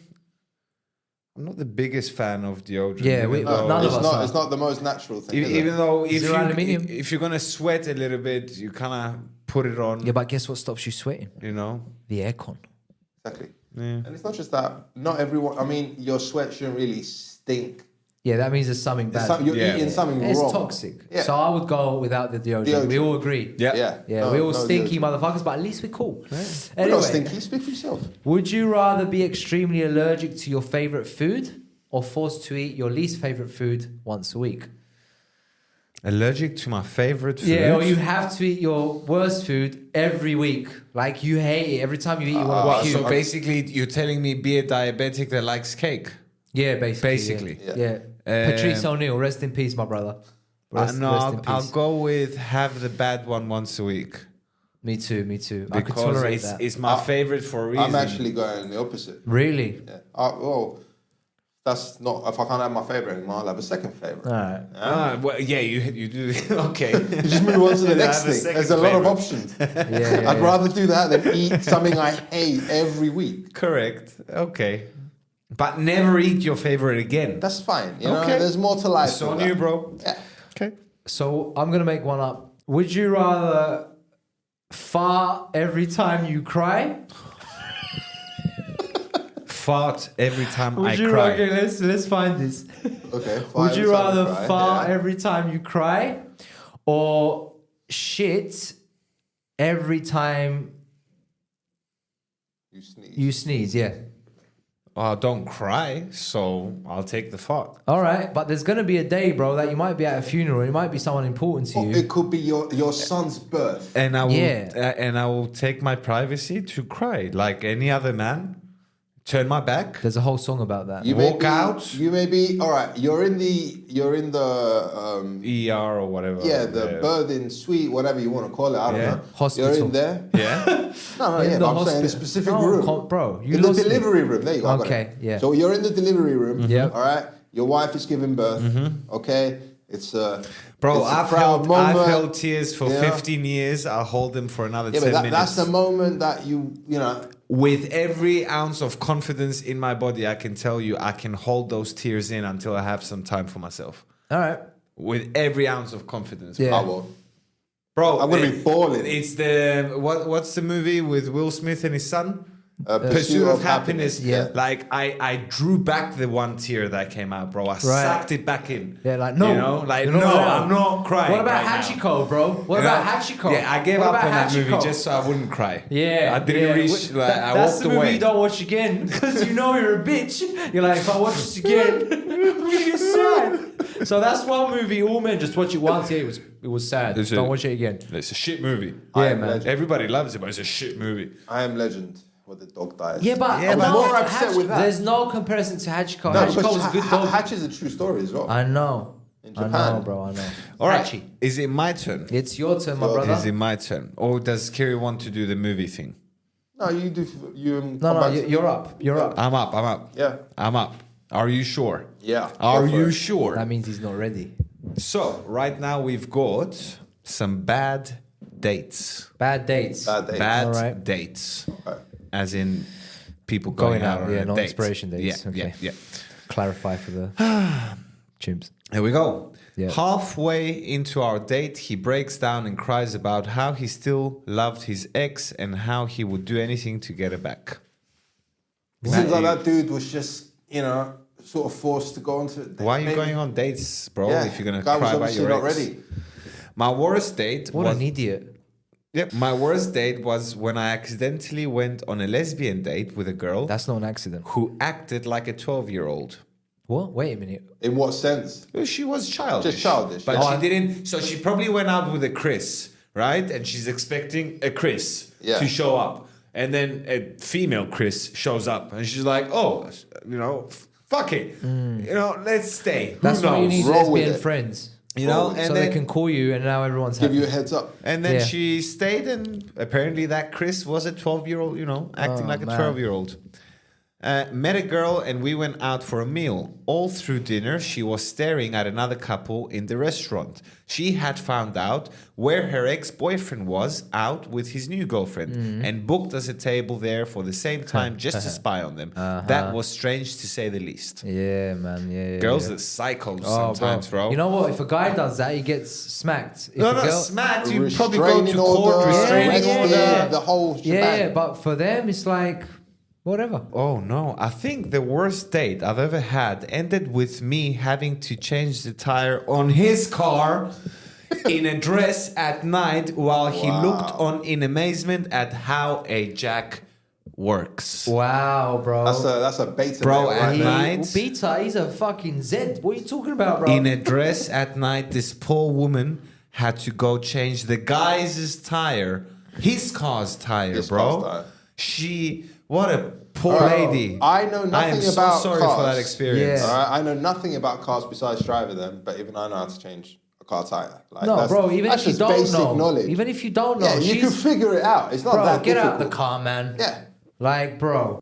Speaker 1: I'm not the biggest fan of deodorant.
Speaker 3: Yeah, we-
Speaker 1: even
Speaker 3: Well,
Speaker 1: though-
Speaker 3: none of
Speaker 2: it's
Speaker 3: us
Speaker 2: not.
Speaker 3: are.
Speaker 2: It's not the most natural thing.
Speaker 1: E-
Speaker 2: is it?
Speaker 1: even though if
Speaker 3: Zero
Speaker 1: you
Speaker 3: aluminium.
Speaker 1: if you're gonna sweat a little bit, you kind of put it on.
Speaker 3: Yeah, but guess what stops you sweating?
Speaker 1: You know.
Speaker 3: The aircon.
Speaker 2: exactly.
Speaker 1: Yeah.
Speaker 2: And it's not just that. Not everyone. I mean, your sweat shouldn't really stink.
Speaker 3: Yeah, that means there's something
Speaker 2: It's
Speaker 3: bad.
Speaker 2: some- you're
Speaker 1: Yeah.
Speaker 2: eating something
Speaker 3: it's
Speaker 2: wrong.
Speaker 3: toxic.
Speaker 2: Yeah.
Speaker 3: So I would go without the deodorant. We
Speaker 2: Deodorant.
Speaker 3: all agree.
Speaker 1: Yeah.
Speaker 2: yeah.
Speaker 3: Yeah,
Speaker 2: No,
Speaker 3: we're all
Speaker 2: no
Speaker 3: stinky
Speaker 2: deodorant.
Speaker 3: motherfuckers, but at least we're cool.
Speaker 2: We're not
Speaker 3: Anyway,
Speaker 2: stinky. Speak for yourself.
Speaker 3: would you rather be extremely allergic to your favorite food or forced to eat your least favorite food once a week?
Speaker 1: Allergic to my favorite food.
Speaker 3: Yeah, or you have to eat your worst food every week. Like you hate it. Every time you eat, you
Speaker 2: Uh,
Speaker 1: Wow,
Speaker 3: want to
Speaker 1: so
Speaker 3: puke.
Speaker 1: basically, you're telling me be a diabetic that likes cake.
Speaker 3: Yeah, basically.
Speaker 1: Basically.
Speaker 3: Yeah.
Speaker 2: Yeah.
Speaker 3: Yeah.
Speaker 1: Um,
Speaker 3: Patrice O'Neill, rest in peace, my brother.
Speaker 1: Uh,
Speaker 3: Rest,
Speaker 1: no,
Speaker 3: rest
Speaker 1: I'll, I'll go with have the bad one once a week
Speaker 3: Me too, me too. I could
Speaker 1: because
Speaker 3: tolerate
Speaker 1: it's,
Speaker 3: that.
Speaker 1: it's my
Speaker 2: I-
Speaker 1: favorite for a reason.
Speaker 2: I'm actually going the opposite.
Speaker 3: really?
Speaker 2: Yeah. Uh, well, that's not. If I can't have my favorite anymore, I'll have a second favorite.
Speaker 3: All right.
Speaker 1: Ah, well, yeah, you you do okay.
Speaker 2: You just move on to the
Speaker 1: Then I
Speaker 2: next
Speaker 1: have a
Speaker 2: thing.
Speaker 1: second
Speaker 2: There's a lot of
Speaker 1: favourite.
Speaker 2: options.
Speaker 3: Yeah, yeah,
Speaker 2: I'd
Speaker 3: yeah.
Speaker 2: rather do that than eat something I hate every week.
Speaker 1: Correct. Okay, but never eat your favorite again.
Speaker 2: That's fine. You know,
Speaker 1: Okay.
Speaker 2: there's more to life.
Speaker 1: It's
Speaker 2: than
Speaker 1: on
Speaker 2: that.
Speaker 1: you, bro.
Speaker 2: Yeah.
Speaker 1: Okay.
Speaker 3: So I'm gonna make one up. Would you rather fart every time you cry?
Speaker 1: Fart every time
Speaker 3: Would
Speaker 1: I
Speaker 3: you
Speaker 1: cry.
Speaker 3: okay, let's let's find this.
Speaker 2: Okay. fine,
Speaker 3: Would you
Speaker 2: it's on
Speaker 3: rather
Speaker 2: right?
Speaker 3: fart
Speaker 2: Yeah.
Speaker 3: every time you cry or shit every time
Speaker 2: You sneeze.
Speaker 3: you sneeze? Yeah.
Speaker 1: Oh, don't cry. So I'll take the fart.
Speaker 3: All right, but there's gonna be a day, bro, that you might be at a funeral. It might be someone important to
Speaker 2: Or
Speaker 3: you.
Speaker 2: Oh, it could be your, your son's birth.
Speaker 1: And I will.
Speaker 3: Yeah.
Speaker 1: uh, and I will take my privacy to cry like any other man. Turn my back.
Speaker 3: There's a whole song about that.
Speaker 2: You may
Speaker 1: Walk
Speaker 2: be-
Speaker 1: out.
Speaker 2: You may be all right. You're in the you're in the um,
Speaker 1: ER or whatever.
Speaker 2: yeah the birthing suite, whatever you want to call it. I don't
Speaker 1: Yeah.
Speaker 2: know. You're
Speaker 3: Hospital.
Speaker 2: in there.
Speaker 1: Yeah.
Speaker 2: No, no,
Speaker 3: In
Speaker 2: yeah. But I'm
Speaker 3: the
Speaker 2: saying the
Speaker 3: hospital.
Speaker 2: specific
Speaker 3: No,
Speaker 2: room.
Speaker 3: com- bro, you
Speaker 2: in the
Speaker 3: lost me.
Speaker 2: delivery room. There you go. I got it.
Speaker 3: Okay, yeah. Mm-hmm.
Speaker 2: So you're in the delivery room.
Speaker 3: Yeah.
Speaker 2: All right. Your wife is giving birth.
Speaker 3: Mm-hmm.
Speaker 2: Okay. It's a
Speaker 1: Bro,
Speaker 2: It's a
Speaker 1: I've
Speaker 2: proud
Speaker 1: held,
Speaker 2: moment.
Speaker 1: I've held tears for
Speaker 2: Yeah.
Speaker 1: 15 years. I'll hold them for another
Speaker 2: yeah,
Speaker 1: 10
Speaker 2: but that,
Speaker 1: minutes.
Speaker 2: that's the moment that you you know.
Speaker 1: With every ounce of confidence in my body, I can tell you I can hold those tears in until I have some time for myself.
Speaker 3: All right.
Speaker 1: With every ounce of confidence.
Speaker 3: Yeah.
Speaker 2: I will.
Speaker 1: Bro,
Speaker 2: I'm gonna be
Speaker 1: it-
Speaker 2: balling.
Speaker 1: It's the what? What's the movie with Will Smith and his son?
Speaker 2: Uh,
Speaker 1: Pursuit, of, happiness.
Speaker 3: Yeah.
Speaker 1: Like I, I drew back the one tear that came out, bro. I sucked it back in.
Speaker 3: Yeah, like no,
Speaker 1: You know, like
Speaker 3: you're
Speaker 1: no,
Speaker 3: allowed.
Speaker 1: I'm not crying.
Speaker 3: What about
Speaker 1: right now.
Speaker 3: Hachiko, bro? What
Speaker 1: You know?
Speaker 3: about Hachiko?
Speaker 1: Yeah, I gave
Speaker 3: What
Speaker 1: up
Speaker 3: about
Speaker 1: on that
Speaker 3: Hachiko?
Speaker 1: movie just so I wouldn't cry.
Speaker 3: Yeah,
Speaker 1: I didn't
Speaker 3: yeah.
Speaker 1: reach. Like,
Speaker 3: That-
Speaker 1: I
Speaker 3: that's
Speaker 1: walked
Speaker 3: the movie
Speaker 1: away.
Speaker 3: you don't watch again because you know you're a bitch. You're like, if I watch this again, I'm gonna get sad. So that's one movie. All men just watch it once. Yeah, it was it was sad.
Speaker 1: Is
Speaker 3: don't
Speaker 1: it-
Speaker 3: watch it again.
Speaker 1: It's a shit movie.
Speaker 2: I
Speaker 3: Yeah,
Speaker 2: am
Speaker 3: man.
Speaker 2: Legend.
Speaker 1: Everybody loves it, but it's a shit movie.
Speaker 2: I am legend. Where the dog dies.
Speaker 3: Yeah, but,
Speaker 1: Yeah, but-
Speaker 3: no,
Speaker 2: More upset
Speaker 3: Hach-
Speaker 2: with that.
Speaker 3: There's no comparison to Hachiko.
Speaker 2: No,
Speaker 3: Hachiko was a
Speaker 2: Ha-
Speaker 3: good
Speaker 2: Ha-
Speaker 3: dog.
Speaker 2: Hatch is a true story as well.
Speaker 3: I know.
Speaker 2: In
Speaker 3: I know,
Speaker 2: Japan.
Speaker 3: bro. I know.
Speaker 1: All right,
Speaker 3: Hachi,
Speaker 1: is it my turn?
Speaker 3: it's your turn, my
Speaker 2: Well,
Speaker 3: brother.
Speaker 1: Is it my turn? Or does Kiri want to do the movie thing?
Speaker 2: No, you do. f- You um,
Speaker 3: No,
Speaker 2: come
Speaker 3: no,
Speaker 2: back
Speaker 3: you-
Speaker 2: to-
Speaker 3: you're up. You're up.
Speaker 1: I'm up. I'm up.
Speaker 2: Yeah.
Speaker 1: I'm up. Are you sure?
Speaker 2: Yeah,
Speaker 1: Are
Speaker 2: go for
Speaker 1: you
Speaker 2: it.
Speaker 1: sure?
Speaker 3: That means he's not ready.
Speaker 1: So right now we've got some bad dates.
Speaker 3: Bad dates.
Speaker 2: Bad dates.
Speaker 1: Bad
Speaker 3: Alright.
Speaker 1: dates,
Speaker 2: Alright.
Speaker 1: as in people going,
Speaker 3: Going out,
Speaker 1: on
Speaker 3: yeah,
Speaker 1: a
Speaker 3: not
Speaker 1: date.
Speaker 3: inspiration dates,
Speaker 1: Yeah,
Speaker 3: okay.
Speaker 1: yeah, yeah.
Speaker 3: Clarify for the chimps.
Speaker 1: Here we go.
Speaker 3: Yeah.
Speaker 1: Halfway into our date, he breaks down and cries about how he still loved his ex and how he would do anything to get her back.
Speaker 2: Seems like that dude was just, you know, sort of forced to go onto it.
Speaker 1: Why are you
Speaker 2: Maybe-
Speaker 1: going on dates, bro? if you're gonna
Speaker 2: guy
Speaker 1: cry
Speaker 2: was
Speaker 1: about
Speaker 2: obviously
Speaker 1: your
Speaker 2: not
Speaker 1: ex.
Speaker 2: ready.
Speaker 1: My worst date
Speaker 3: What
Speaker 1: was
Speaker 3: an idiot.
Speaker 1: Yep. My worst date was when I accidentally went on a lesbian date with a girl
Speaker 3: That's not an accident.
Speaker 1: who acted like a 12 year old.
Speaker 3: What? Wait a minute.
Speaker 2: In what sense?
Speaker 1: She was childish.
Speaker 2: Just childish,
Speaker 1: But
Speaker 2: yeah.
Speaker 1: she didn't. So she probably went out with a Chris, right? And she's expecting a Chris
Speaker 2: Yeah.
Speaker 1: to show up. And then a female Chris shows up. And she's like, oh, you know, f- fuck it.
Speaker 2: Mm.
Speaker 1: You know, let's stay. Who
Speaker 3: That's why you
Speaker 1: knows?
Speaker 3: need
Speaker 2: Roll with
Speaker 3: lesbian
Speaker 2: it.
Speaker 3: friends.
Speaker 1: You know,
Speaker 2: Roll
Speaker 1: and
Speaker 3: so
Speaker 1: then,
Speaker 3: they can call you and now everyone's
Speaker 2: Give
Speaker 3: happy.
Speaker 2: you a heads up.
Speaker 1: and then
Speaker 3: Yeah.
Speaker 1: she stayed. And apparently that Chris was a 12 year old, you know, acting
Speaker 3: Oh,
Speaker 1: like a
Speaker 3: man.
Speaker 1: 12 year old. Uh, met a girl and we went out for a meal. All through dinner, she was staring at another couple in the restaurant. She had found out where her ex boyfriend was out with his new girlfriend
Speaker 3: Mm.
Speaker 1: and booked us a table there for the same time just to spy on them. That was strange to say the least.
Speaker 3: Uh-huh. yeah, man. Yeah. yeah,
Speaker 1: Girls
Speaker 3: yeah.
Speaker 1: are psychos
Speaker 3: Oh,
Speaker 1: sometimes, bro.
Speaker 3: You know what? If a guy does that, he gets smacked. If
Speaker 1: no,
Speaker 3: a
Speaker 1: no,
Speaker 3: girl-
Speaker 1: smacked. You probably go to
Speaker 2: Restraining
Speaker 1: court,
Speaker 2: order,
Speaker 1: restraining
Speaker 2: arrest,
Speaker 1: order.
Speaker 2: yeah, The whole
Speaker 3: yeah,
Speaker 2: shebang.
Speaker 3: yeah, but for them, it's like whatever.
Speaker 1: Oh no, I think the worst date I've ever had ended with me having to change the tire on his car in a dress at night while he
Speaker 2: Wow.
Speaker 1: looked on in amazement at how a jack works.
Speaker 3: Wow, bro.
Speaker 2: That's a that's a beta.
Speaker 1: Bro,
Speaker 2: male
Speaker 1: and
Speaker 2: right
Speaker 3: he,
Speaker 2: there.
Speaker 1: my-
Speaker 3: well, Beta, he's a fucking Z. What are you talking about, bro?
Speaker 1: In a dress at night, this poor woman had to go change the guy's tire, his car's tire,
Speaker 2: His
Speaker 1: bro.
Speaker 2: car's tire.
Speaker 1: She, what a poor
Speaker 2: Bro,
Speaker 1: lady.
Speaker 2: I know
Speaker 1: I am
Speaker 2: nothing
Speaker 1: so
Speaker 2: about
Speaker 1: sorry for
Speaker 2: cars.
Speaker 1: that experience.
Speaker 3: Yeah.
Speaker 2: All right, I know nothing about cars besides driving them, but even I know how to change a car tire. Like,
Speaker 3: no,
Speaker 2: that's,
Speaker 3: bro. Even
Speaker 2: that's
Speaker 3: if you
Speaker 2: just
Speaker 3: don't
Speaker 2: basic
Speaker 3: know,
Speaker 2: knowledge.
Speaker 3: even if you don't know,
Speaker 2: yeah, you can
Speaker 3: she's,
Speaker 2: figure it out. It's not
Speaker 3: bro,
Speaker 2: that
Speaker 3: get
Speaker 2: difficult.
Speaker 3: out the car, man.
Speaker 2: Yeah,
Speaker 3: Like, bro.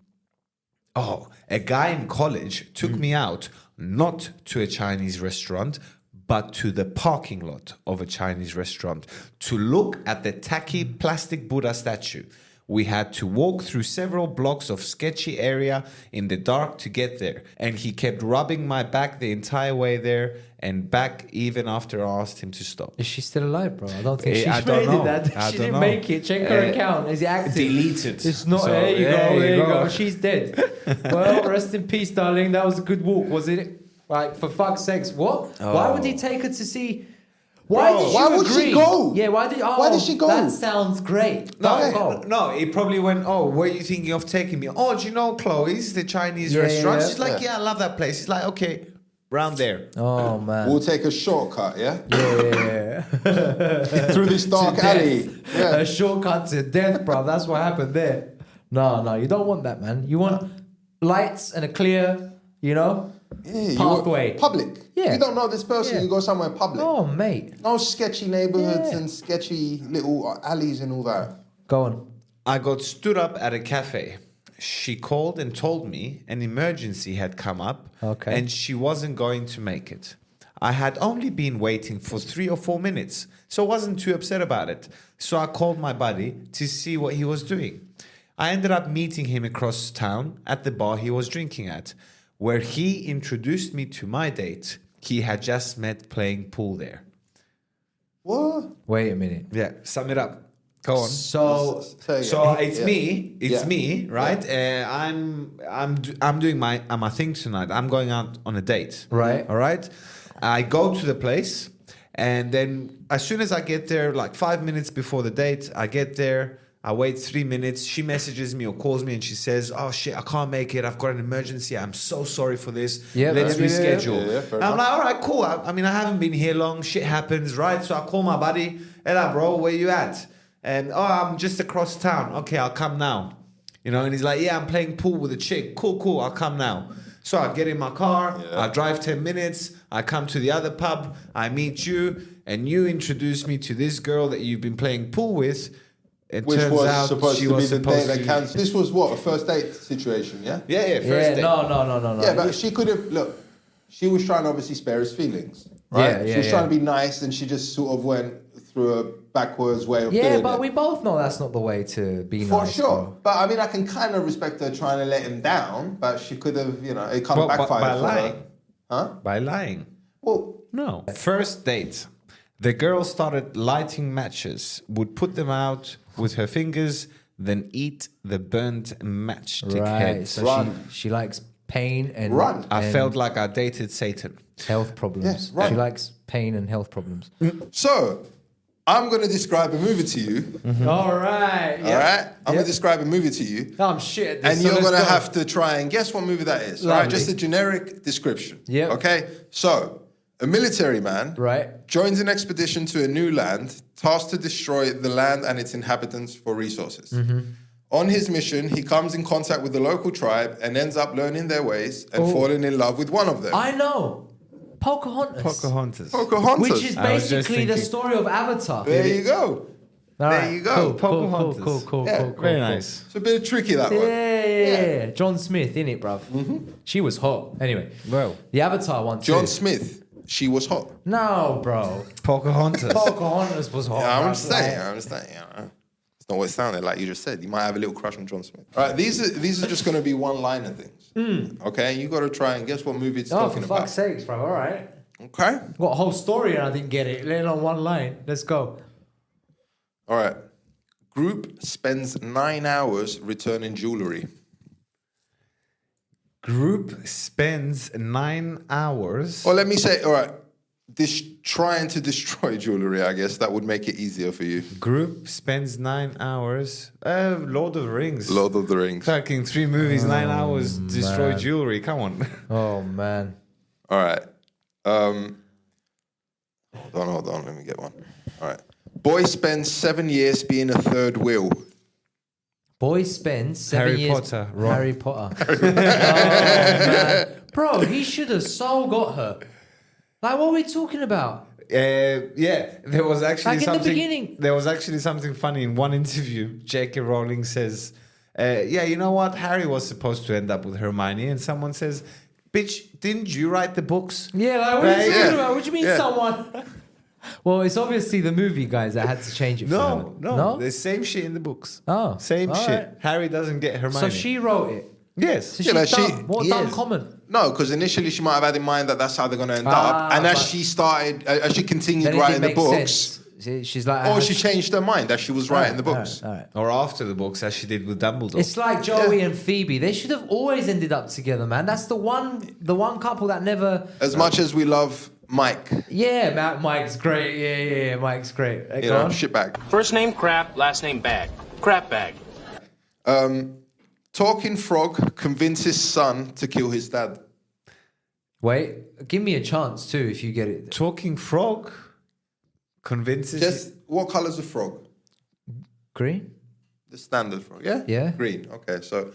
Speaker 1: Oh, a guy in college took me out not to a Chinese restaurant, but to the parking lot of a Chinese restaurant to look at the tacky plastic Buddha statue. We had to walk through several blocks of sketchy area in the dark to get there, and he kept rubbing my back the entire way there and back even after I asked him to stop.
Speaker 3: Is she still alive, bro? I don't think
Speaker 1: Eh,
Speaker 3: she
Speaker 1: I
Speaker 3: made
Speaker 1: don't know.
Speaker 3: it. That.
Speaker 1: I
Speaker 3: she
Speaker 1: don't
Speaker 3: didn't
Speaker 1: know.
Speaker 3: make it. Check her
Speaker 1: Eh,
Speaker 3: account. Is it active?
Speaker 1: deleted.
Speaker 3: It's not.
Speaker 1: So,
Speaker 3: there you
Speaker 1: there
Speaker 3: go.
Speaker 1: you
Speaker 3: There you go.
Speaker 1: go.
Speaker 3: She's dead. well, rest in peace, darling. That was a good walk, was it? Like for fuck's sakes, what? Why would he take her to see? Why
Speaker 1: Oh. Bro,
Speaker 3: did you
Speaker 2: why would she
Speaker 3: agree?
Speaker 2: go?
Speaker 3: Yeah, why did? Oh,
Speaker 2: Why did she go?
Speaker 3: That sounds great.
Speaker 1: No,
Speaker 3: Don't
Speaker 1: eh,
Speaker 3: go.
Speaker 1: no, it probably went, oh, where are you thinking of taking me? Oh, do you know Chloe's, the Chinese
Speaker 3: Yeah, yeah,
Speaker 1: restaurant?
Speaker 3: yeah.
Speaker 1: She's like, yeah. I love that place. It's like, okay, round there.
Speaker 3: Oh man.
Speaker 2: we'll take a shortcut. Yeah,
Speaker 3: Yeah.
Speaker 2: through this dark
Speaker 3: death.
Speaker 2: alley. Yeah.
Speaker 3: A shortcut to death, bro. That's what happened there. No, no, you don't want that, man. You want lights and a clear, you know?
Speaker 2: Yeah, you-
Speaker 3: Pathway.
Speaker 2: Public.
Speaker 3: Yeah.
Speaker 2: You don't know this person.
Speaker 3: Yeah.
Speaker 2: You go somewhere public.
Speaker 3: Oh, mate.
Speaker 2: No sketchy neighborhoods
Speaker 3: Yeah.
Speaker 2: and sketchy little uh, alleys and all that.
Speaker 3: Go on.
Speaker 1: I got stood up at a cafe. She called and told me an emergency had come up
Speaker 3: Okay.
Speaker 1: and she wasn't going to make it. I had only been waiting for three or four minutes, so wasn't too upset about it. So I called my buddy to see what he was doing. I ended up meeting him across town at the bar he was drinking at, where he introduced me to my date. He had just met playing pool there.
Speaker 2: What?
Speaker 3: Wait a minute.
Speaker 1: Yeah, sum it up. Go on.
Speaker 3: Oh, So,
Speaker 2: Say it.
Speaker 1: So it's
Speaker 2: Yeah.
Speaker 1: me, it's
Speaker 2: Yeah.
Speaker 1: me, right? Uh, I'm I'm do- I'm doing my uh, my thing tonight. I'm going out on a date.
Speaker 3: Right.
Speaker 1: All right. I go to the place, and then as soon as I get there, like five minutes before the date, I get there. I wait three minutes. She messages me or calls me, and she says, "Oh shit, I can't make it. I've got an emergency. I'm so sorry for this.
Speaker 3: Yeah,
Speaker 1: let's
Speaker 3: yeah, yeah, yeah.
Speaker 1: reschedule."
Speaker 2: Yeah, yeah, fair
Speaker 1: I'm like, "All right, cool. I, I mean, I haven't been here long. Shit happens, right?" So I call my buddy, "Ella, bro, where you at?" And oh, I'm just across town. Okay, I'll come now. You know, and he's like, "Yeah, I'm playing pool with a chick. Cool, cool. I'll come now." So I get in my car.
Speaker 2: Yeah.
Speaker 1: I drive 10 minutes. I come to the other pub. I meet you, and you introduce me to this girl that you've been playing pool with. It
Speaker 2: Which
Speaker 1: turns
Speaker 2: was
Speaker 1: out
Speaker 2: supposed
Speaker 1: she
Speaker 2: to be
Speaker 1: was
Speaker 2: the day
Speaker 1: supposed
Speaker 2: that
Speaker 1: to.
Speaker 2: cancelled. This was what a first date situation, yeah.
Speaker 1: yeah, yeah, first
Speaker 3: yeah,
Speaker 1: date.
Speaker 3: no, no, no, no, no.
Speaker 2: Yeah, but she could have look. She was trying to obviously spare his feelings, right?
Speaker 3: Yeah, yeah,
Speaker 2: she was
Speaker 3: yeah.
Speaker 2: trying to be nice, and she just sort of went through a backwards way of
Speaker 3: Yeah,
Speaker 2: doing
Speaker 3: but
Speaker 2: it.
Speaker 3: we both know that's not the way to be
Speaker 2: for
Speaker 3: nice.
Speaker 2: sure.
Speaker 3: bro.
Speaker 2: But I mean, I can kind of respect her trying to let him down, but she could have, you know, it kind
Speaker 1: Well,
Speaker 2: of
Speaker 1: but-
Speaker 2: backfired
Speaker 1: by
Speaker 2: for
Speaker 1: lying.
Speaker 2: her. Huh?
Speaker 1: By lying.
Speaker 2: Well,
Speaker 1: No. First date. The girl started lighting matches, would put them out with her fingers, then eat the burnt matchstick
Speaker 3: Right.
Speaker 1: heads.
Speaker 3: So
Speaker 2: Run.
Speaker 3: She, she likes pain and
Speaker 2: Run.
Speaker 1: I
Speaker 3: and
Speaker 1: felt like I dated Satan.
Speaker 3: health problems.
Speaker 2: Yeah, run.
Speaker 3: She likes pain and health problems.
Speaker 2: So, I'm going to describe a movie to you.
Speaker 3: All right.
Speaker 2: Mm-hmm. All right? I'm going to describe a movie to you.
Speaker 3: I'm shit. at this,
Speaker 2: And
Speaker 3: so
Speaker 2: you're
Speaker 3: let's
Speaker 2: going to
Speaker 3: go.
Speaker 2: have to try and guess what movie that is. All right?
Speaker 3: Lovely.
Speaker 2: Just a generic description.
Speaker 3: Yep.
Speaker 2: Okay? So, a military man
Speaker 3: Right.
Speaker 2: joins an expedition to a new land tasked to destroy the land and its inhabitants for resources.
Speaker 3: Mm-hmm.
Speaker 2: On his mission, he comes in contact with the local tribe and ends up learning their ways and falling in love with one of them.
Speaker 3: Oh. I know. Pocahontas.
Speaker 1: Pocahontas.
Speaker 2: Pocahontas.
Speaker 3: Which is
Speaker 1: I was just
Speaker 3: basically the
Speaker 1: thinking-
Speaker 3: story of Avatar.
Speaker 2: there you go.
Speaker 3: All
Speaker 2: there
Speaker 3: right,
Speaker 2: you go.
Speaker 3: Cool, cool, cool,
Speaker 1: Pocahontas.
Speaker 3: cool, cool,
Speaker 2: Yeah,
Speaker 3: cool, cool,
Speaker 1: Very
Speaker 3: cool.
Speaker 1: nice.
Speaker 2: It's a bit tricky that
Speaker 3: Yeah,
Speaker 2: one.
Speaker 3: yeah, yeah, yeah. John Smith in it, bruv.
Speaker 2: Mm-hmm.
Speaker 3: She was hot. Anyway,
Speaker 1: Well.
Speaker 3: the Avatar one.
Speaker 2: John
Speaker 3: too.
Speaker 2: Smith, she was hot.
Speaker 3: No, bro.
Speaker 1: Pocahontas.
Speaker 3: Pocahontas was hot.
Speaker 2: Yeah,
Speaker 3: bruv.
Speaker 2: I'm just saying. I'm just saying. Yeah. It's not what it sounded like. You just said you might have a little crush on John Smith. All right, these are these are just going to be one-liner things. Okay, you got to try and guess what movie it's
Speaker 3: Hmm. Oh, for
Speaker 2: talking about.
Speaker 3: fuck's sakes, bro. All right.
Speaker 2: Okay.
Speaker 3: Got a whole story and I didn't get it. Let alone one line. Let's go.
Speaker 2: All right. Group spends nine hours returning jewelry.
Speaker 1: Group spends nine hours.
Speaker 2: Or let me say, all right, this trying to destroy jewelry. I guess that would make it easier for you.
Speaker 1: Group spends nine hours. Uh, Lord of the Rings.
Speaker 2: Lord of the Rings.
Speaker 1: Fucking three movies, nine hours, destroy jewelry. Come on.
Speaker 3: Oh, man.
Speaker 2: All right. Um, hold on, hold on. Let me get one. All right. Boy spends seven years being a third wheel.
Speaker 3: Boy spends seven
Speaker 1: Harry
Speaker 3: years.
Speaker 1: Potter, Ron.
Speaker 3: Harry Potter. oh, man. Bro, he should have so got her. Like, what are we talking about?
Speaker 1: Uh, yeah, there was actually
Speaker 3: Like in the
Speaker 1: something.
Speaker 3: beginning.
Speaker 1: There was actually something funny in one interview. J.K. Rowling says, uh, "Yeah, you know what? Harry was supposed to end up with Hermione," and someone says, "Bitch, didn't you write the books?"
Speaker 3: Yeah, like, what are you
Speaker 1: Right?
Speaker 3: talking
Speaker 2: Yeah.
Speaker 3: about? What do you mean,
Speaker 2: Yeah.
Speaker 3: someone? well, it's obviously the movie guys that had to change it. for
Speaker 1: No,
Speaker 3: them.
Speaker 1: no,
Speaker 3: no.
Speaker 1: the same shit in the books.
Speaker 3: Oh,
Speaker 1: same
Speaker 3: all
Speaker 1: shit.
Speaker 3: right.
Speaker 1: Harry doesn't get Hermione.
Speaker 3: So she wrote it.
Speaker 1: yes,
Speaker 3: So
Speaker 2: Yeah, like
Speaker 3: she's
Speaker 2: she-
Speaker 3: dumb. What
Speaker 1: yes.
Speaker 3: dumb comment?
Speaker 2: No, because initially she might have had in mind that that's how they're going to end
Speaker 3: Ah,
Speaker 2: up. And as
Speaker 3: but-
Speaker 2: she started, uh, as she continued
Speaker 3: Then it
Speaker 2: writing
Speaker 3: didn't
Speaker 2: the
Speaker 3: make
Speaker 2: books,
Speaker 3: sense. Ah, She- She's like,
Speaker 2: or
Speaker 3: ah,
Speaker 2: she changed her mind as she was writing the
Speaker 3: all right,
Speaker 2: books.
Speaker 3: all right.
Speaker 1: or after the books, as she did with Dumbledore.
Speaker 3: It's like Joey and Phoebe. They should have always ended up together, man. That's the one, the one couple that never.
Speaker 2: As much as we love Mike,
Speaker 3: Yeah, Ma- Mike's great. Yeah, yeah, yeah, Mike's great. Uh,
Speaker 2: you
Speaker 3: go
Speaker 2: know,
Speaker 3: on.
Speaker 2: shitbag.
Speaker 4: First name crap, last name bag. Crap bag.
Speaker 2: Um, talking frog convinces son to kill his dad.
Speaker 3: Wait, give me a chance too if you get it.
Speaker 1: Talking frog convinces.
Speaker 2: Just what color's a frog?
Speaker 3: Green?
Speaker 2: The standard frog, yeah?
Speaker 3: Yeah.
Speaker 2: Green. Okay, so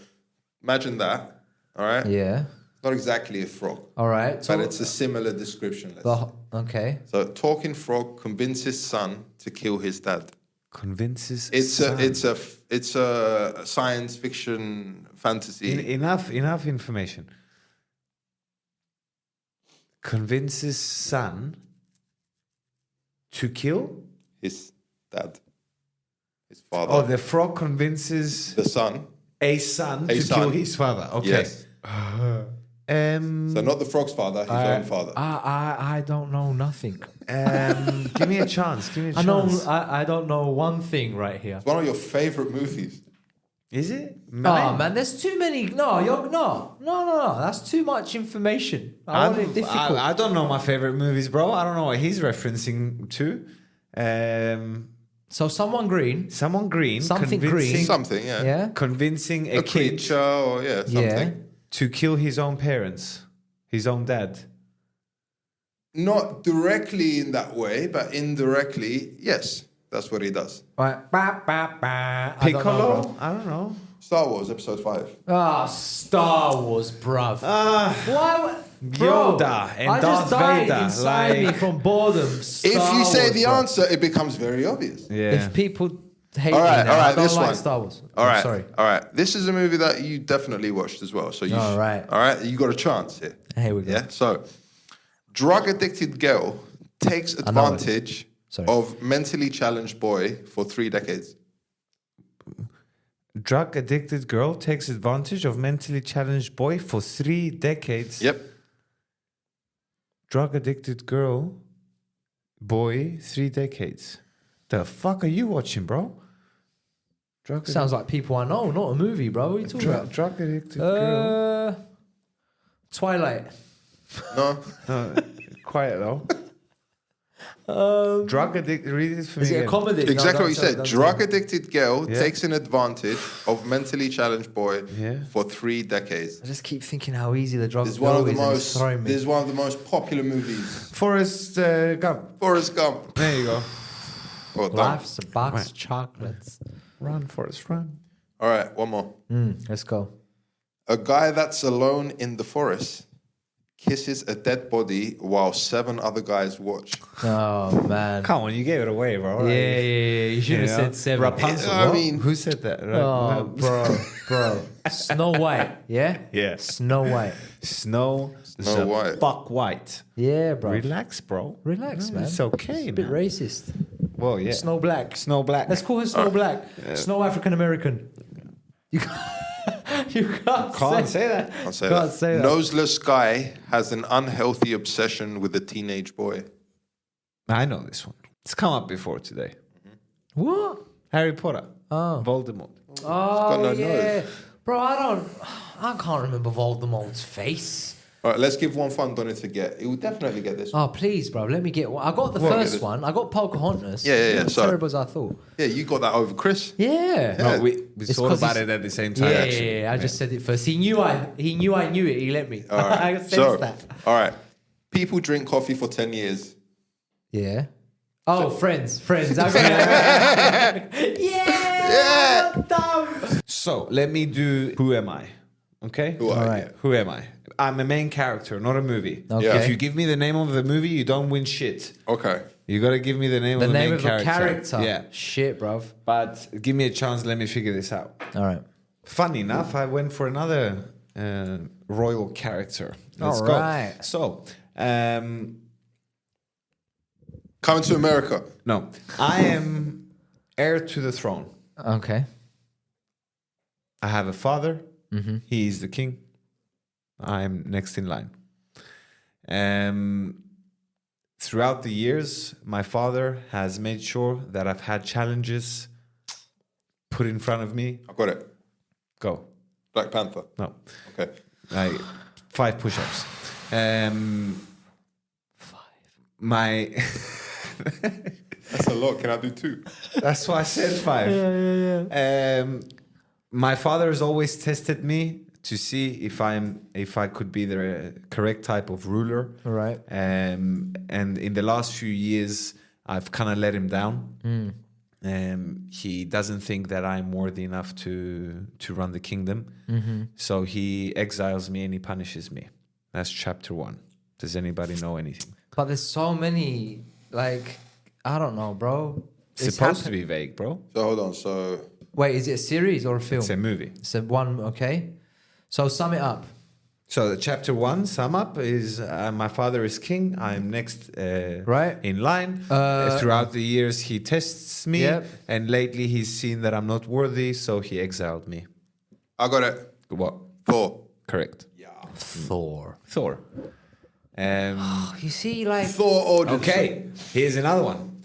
Speaker 2: imagine that. All right.
Speaker 3: Yeah.
Speaker 2: Not exactly a frog,
Speaker 3: All right.
Speaker 2: but
Speaker 3: so-
Speaker 2: it's a similar description. Let's
Speaker 3: the
Speaker 2: say.
Speaker 3: ho- okay.
Speaker 2: So talking frog convinces son to kill his dad.
Speaker 1: convinces.
Speaker 2: It's a,
Speaker 1: son.
Speaker 2: it's a f- it's a science fiction fantasy.
Speaker 1: En- enough, enough information. Convinces son to kill.
Speaker 2: his dad, his father,
Speaker 1: Oh, the frog convinces
Speaker 2: the son.
Speaker 1: a son
Speaker 2: A
Speaker 1: to
Speaker 2: son.
Speaker 1: kill his father. Okay.
Speaker 2: Yes.
Speaker 1: Um,
Speaker 2: So not the frog's father, his own father.
Speaker 3: I, I I don't know nothing.
Speaker 1: um, give me a chance. Give me a
Speaker 3: I
Speaker 1: chance.
Speaker 3: know uh, I, I don't know one thing right here.
Speaker 2: It's one of your favorite movies.
Speaker 1: Is it?
Speaker 3: Oh man, there's too many. No, you're no, no, no, no. That's too much information. I,
Speaker 1: I
Speaker 3: want it
Speaker 1: don't,
Speaker 3: difficult.
Speaker 1: I, I don't know my favorite movies, bro. I don't know what he's referencing to. Um,
Speaker 3: so someone green.
Speaker 1: someone green,
Speaker 3: Something green.
Speaker 1: convincing,
Speaker 2: Something, yeah.
Speaker 3: Yeah.
Speaker 1: convincing a,
Speaker 2: A
Speaker 1: kid
Speaker 2: creature or yeah, something.
Speaker 3: Yeah.
Speaker 1: to kill his own parents, his own dad.
Speaker 2: Not directly in that way, but indirectly, yes. That's what he does.
Speaker 3: Right. Ba, ba, ba. I don't know,
Speaker 1: Piccolo?
Speaker 3: bro.
Speaker 1: I don't know.
Speaker 2: Star Wars Episode Five.
Speaker 3: Ah, Star Wars, bruv.
Speaker 1: Ah,
Speaker 3: Why? w- Bro,
Speaker 1: Yoda and
Speaker 3: I just
Speaker 1: Darth
Speaker 3: died
Speaker 1: Vader,
Speaker 3: inside me
Speaker 1: like-
Speaker 3: from boredom. Star
Speaker 2: If you say
Speaker 3: Wars,
Speaker 2: the
Speaker 3: bro.
Speaker 2: answer, it becomes very obvious.
Speaker 1: yeah.
Speaker 3: if people hate
Speaker 2: All
Speaker 3: me
Speaker 2: right,
Speaker 3: now,
Speaker 2: all
Speaker 3: I
Speaker 2: right.
Speaker 3: don't
Speaker 2: This
Speaker 3: like
Speaker 2: one.
Speaker 3: Star Wars.
Speaker 2: All
Speaker 3: I'm
Speaker 2: right,
Speaker 3: sorry.
Speaker 2: all right. This is a movie that you definitely watched as well. So you.
Speaker 3: All right.
Speaker 2: All right. You got a chance here.
Speaker 3: Here we go.
Speaker 2: Yeah. So, drug addicted girl takes
Speaker 3: know it.
Speaker 2: advantage
Speaker 3: Sorry.
Speaker 2: of mentally challenged boy for three decades.
Speaker 1: Drug addicted girl takes advantage of mentally challenged boy for three decades.
Speaker 2: Yep.
Speaker 1: drug addicted girl, boy, three decades. The fuck are you watching, bro? Drug
Speaker 3: Sounds like people I know, not a movie, bro. What are you talking
Speaker 1: drug, drug addicted girl.
Speaker 3: about? Uh, Twilight.
Speaker 2: No.
Speaker 1: No, quiet though.
Speaker 3: Um,
Speaker 1: Drug addicted. Read it for
Speaker 3: is
Speaker 1: me.
Speaker 3: it a
Speaker 1: again.
Speaker 3: comedy? No,
Speaker 2: Exactly
Speaker 3: don't
Speaker 2: what you
Speaker 3: tell-
Speaker 2: said.
Speaker 3: don't
Speaker 2: Drug
Speaker 3: tell.
Speaker 2: addicted girl
Speaker 1: Yeah.
Speaker 2: takes an advantage of mentally challenged boy
Speaker 1: Yeah.
Speaker 2: for three decades.
Speaker 3: I just keep thinking how easy the drug
Speaker 2: This is one of the
Speaker 3: is and it's
Speaker 2: most.
Speaker 3: throwing me.
Speaker 2: This is one of the most popular movies.
Speaker 1: Forrest uh, Gump.
Speaker 2: Forrest Gump.
Speaker 1: There you go.
Speaker 2: Well done.
Speaker 3: Life's a box of chocolates.
Speaker 1: Run, Forrest, run.
Speaker 2: All right, one more.
Speaker 3: Let's go.
Speaker 2: A guy that's alone in the forest kisses a dead body while seven other guys watch.
Speaker 3: Oh man.
Speaker 1: Come on, you gave it away, bro.
Speaker 3: Yeah, yeah, yeah. You should
Speaker 1: You
Speaker 3: have
Speaker 1: know?
Speaker 3: said seven.
Speaker 1: Rapunzel.
Speaker 2: I
Speaker 1: what?
Speaker 2: mean-
Speaker 1: who said that? Right?
Speaker 3: Oh,
Speaker 1: No.
Speaker 3: bro, bro. Snow White, yeah?
Speaker 1: Yeah.
Speaker 3: Snow White.
Speaker 1: Snow,
Speaker 2: Snow
Speaker 1: the
Speaker 2: White.
Speaker 1: fuck white.
Speaker 3: Yeah, bro.
Speaker 1: Relax, bro.
Speaker 3: Relax,
Speaker 1: No,
Speaker 3: man.
Speaker 1: It's okay,
Speaker 3: It's a bit
Speaker 1: man.
Speaker 3: racist.
Speaker 1: well, yeah. Oh.
Speaker 3: Snow Black.
Speaker 1: Snow black.
Speaker 3: Let's call her Snow Black. Snow African American. You can't, you can't,
Speaker 1: Can't
Speaker 3: say,
Speaker 1: say that.
Speaker 2: I'll say
Speaker 3: Can't
Speaker 2: that.
Speaker 3: say that.
Speaker 2: Noseless guy has an unhealthy obsession with a teenage boy.
Speaker 1: I know this one. It's come up before today.
Speaker 3: What?
Speaker 1: Harry Potter. Oh. Voldemort.
Speaker 3: Oh,
Speaker 2: no
Speaker 3: yeah.
Speaker 2: nose.
Speaker 3: Bro, I don't. I can't remember Voldemort's face.
Speaker 2: All right, let's give one fun. Don't forget. It will definitely get this. one.
Speaker 3: Oh, please, bro. Let me get one. I got the
Speaker 2: Well,
Speaker 3: first
Speaker 2: yeah,
Speaker 3: one. I got Pocahontas.
Speaker 2: Yeah, yeah, yeah,
Speaker 3: Not
Speaker 2: sorry.
Speaker 3: terrible as I thought.
Speaker 2: Yeah, you got that over Chris.
Speaker 3: Yeah.
Speaker 1: No, Oh, we, we
Speaker 3: It's
Speaker 1: thought
Speaker 3: 'cause
Speaker 1: about
Speaker 3: he's-
Speaker 1: it at the same
Speaker 3: Yeah,
Speaker 1: time,
Speaker 3: yeah,
Speaker 1: actually.
Speaker 3: yeah, I just said it first. He knew I he knew I knew it. He let me.
Speaker 2: All right.
Speaker 3: I sensed
Speaker 2: so,
Speaker 3: that.
Speaker 2: all right. People drink coffee for 10 years.
Speaker 3: Yeah. Oh, friends, friends. I got it. yeah.
Speaker 2: Yeah.
Speaker 3: well done.
Speaker 1: So let me do Who Am I? Okay?
Speaker 2: Who are you?
Speaker 1: Who am I? I'm a main character, not a movie.
Speaker 3: Okay.
Speaker 1: If you give me the name of the movie, you don't win shit.
Speaker 2: Okay.
Speaker 1: You gotta give me the name
Speaker 3: The
Speaker 1: of the
Speaker 3: name
Speaker 1: main
Speaker 3: of the
Speaker 1: character.
Speaker 3: character.
Speaker 1: Yeah.
Speaker 3: Shit, bruv.
Speaker 1: But give me a chance, let me figure this out.
Speaker 3: All right.
Speaker 1: Funny enough, I went for another uh, royal character. Let's
Speaker 3: All
Speaker 1: go.
Speaker 3: right.
Speaker 1: So, um,
Speaker 2: Coming to America.
Speaker 1: no, I am heir to the throne.
Speaker 3: Okay.
Speaker 1: I have a father. He is the king. I am next in line. Um, throughout the years, my father has made sure that I've had challenges put in front of me.
Speaker 2: I got it.
Speaker 1: Go.
Speaker 2: Black Panther.
Speaker 1: No.
Speaker 2: Okay.
Speaker 1: like five push-ups. Um, five. My.
Speaker 2: That's a lot. Can I do two?
Speaker 1: that's why I said five.
Speaker 3: yeah,
Speaker 1: Um, my father has always tested me to see if I'm if I could be the correct type of ruler.
Speaker 3: All right.
Speaker 1: Um, and in the last few years, I've kind of let him down.
Speaker 3: Mm.
Speaker 1: Um, he doesn't think that I'm worthy enough to to run the kingdom.
Speaker 3: Mm-hmm.
Speaker 1: So he exiles me and he punishes me. That's chapter one. Does anybody know anything?
Speaker 3: But there's so many. Like, I don't know, bro.
Speaker 1: It's supposed to be vague, bro.
Speaker 2: So hold on. So
Speaker 3: Wait, is it a series or a film?
Speaker 1: It's a movie.
Speaker 3: It's a one. Okay. So sum it up.
Speaker 1: So the chapter one sum up is uh, my father is king. I'm next uh,
Speaker 3: Right.
Speaker 1: in line.
Speaker 3: Uh,
Speaker 1: Throughout the years, he tests me,
Speaker 3: Yep.
Speaker 1: and lately he's seen that I'm not worthy, so he exiled me.
Speaker 2: I got it.
Speaker 1: What?
Speaker 2: Thor.
Speaker 1: Correct.
Speaker 3: Thor.
Speaker 1: Thor. Um,
Speaker 3: You see, like.
Speaker 2: Thor ordered.
Speaker 1: okay, here's another one.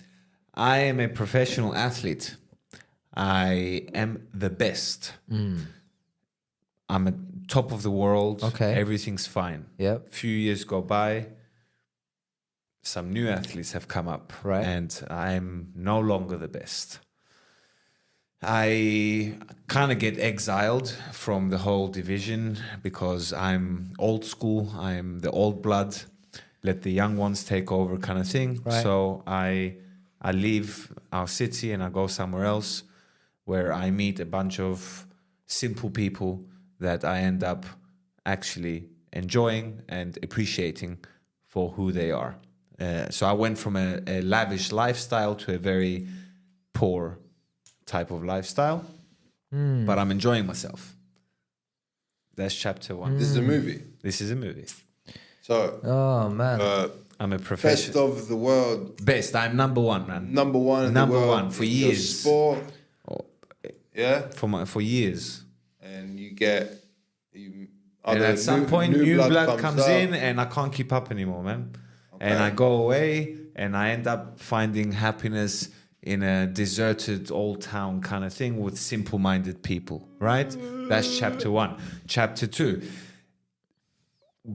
Speaker 1: I am a professional athlete. I am the best.
Speaker 3: Hmm.
Speaker 1: I'm at top of the world.
Speaker 3: Okay.
Speaker 1: Everything's fine.
Speaker 3: Yep.
Speaker 1: Few years go by. Some new athletes have come up.
Speaker 3: Right.
Speaker 1: And I'm no longer the best. I kind of get exiled from the whole division because I'm old school. I'm the old blood. Let the young ones take over, kind of thing.
Speaker 3: Right.
Speaker 1: So I I leave our city and I go somewhere else, where I meet a bunch of simple people that I end up actually enjoying and appreciating for who they are. Uh, so I went from a, a lavish lifestyle to a very poor type of lifestyle, but I'm enjoying myself. That's chapter one.
Speaker 2: This is a movie.
Speaker 1: This is a movie.
Speaker 2: So
Speaker 3: Oh man.
Speaker 2: uh,
Speaker 1: I'm a
Speaker 2: best
Speaker 1: professional.
Speaker 2: of the world,
Speaker 1: Best. I'm number one, man.
Speaker 2: number one. In
Speaker 1: Number
Speaker 2: the world,
Speaker 1: one for
Speaker 2: in
Speaker 1: years.
Speaker 2: Your sport.
Speaker 1: Oh.
Speaker 2: Yeah,
Speaker 1: For my, for years.
Speaker 2: and you get. You,
Speaker 1: And
Speaker 2: other
Speaker 1: at some
Speaker 2: new-
Speaker 1: point, new, blood, comes,
Speaker 2: up.
Speaker 1: in, and I can't keep up anymore, man. and I go away and I end up finding happiness in a deserted old town kind of thing with simple minded people, right? That's chapter one. Chapter two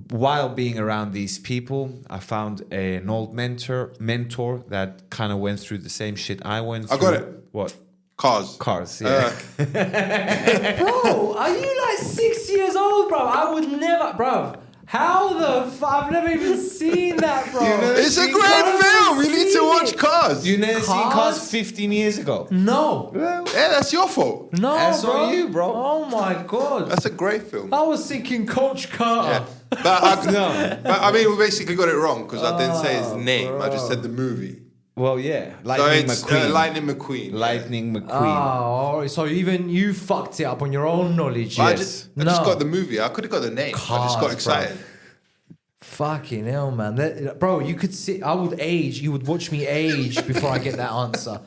Speaker 1: while being around these people, I found an old mentor mentor that kind of went through the same shit I went through.
Speaker 2: I got it.
Speaker 1: What?
Speaker 2: Cars.
Speaker 1: Cars, yeah.
Speaker 2: Uh,
Speaker 3: Bro, are you like six years old, bro? I would never, bro. How the f- I've never even seen that, bro.
Speaker 2: it's a
Speaker 1: You
Speaker 2: great
Speaker 3: haven't
Speaker 2: film. You need to
Speaker 3: seen
Speaker 2: watch
Speaker 3: it.
Speaker 2: Cars.
Speaker 1: you never seen Cars
Speaker 3: Cars?
Speaker 1: 15 years ago.
Speaker 3: no,
Speaker 2: yeah, that's your fault.
Speaker 3: no,
Speaker 1: That's on
Speaker 3: bro.
Speaker 1: you, bro.
Speaker 3: Oh my god,
Speaker 2: That's a great film.
Speaker 3: I was thinking Coach
Speaker 2: Yeah.
Speaker 3: Carter.
Speaker 2: But I,
Speaker 1: No.
Speaker 2: but I mean, we basically got it wrong because I didn't say his name. I just said the movie.
Speaker 1: Well, yeah.
Speaker 2: So
Speaker 1: Lightning
Speaker 2: it's
Speaker 1: McQueen.
Speaker 2: Uh, Lightning McQueen.
Speaker 1: Lightning McQueen.
Speaker 3: Oh, alright, so even you fucked it up on your own knowledge.
Speaker 2: But I
Speaker 1: Yes.
Speaker 2: just, I just
Speaker 3: No.
Speaker 2: got the movie. I could have got the name. I just got
Speaker 3: Cars, bro.
Speaker 2: excited.
Speaker 3: Fucking hell, man. That, bro, you could see, I would age, you would watch me age before I get that answer.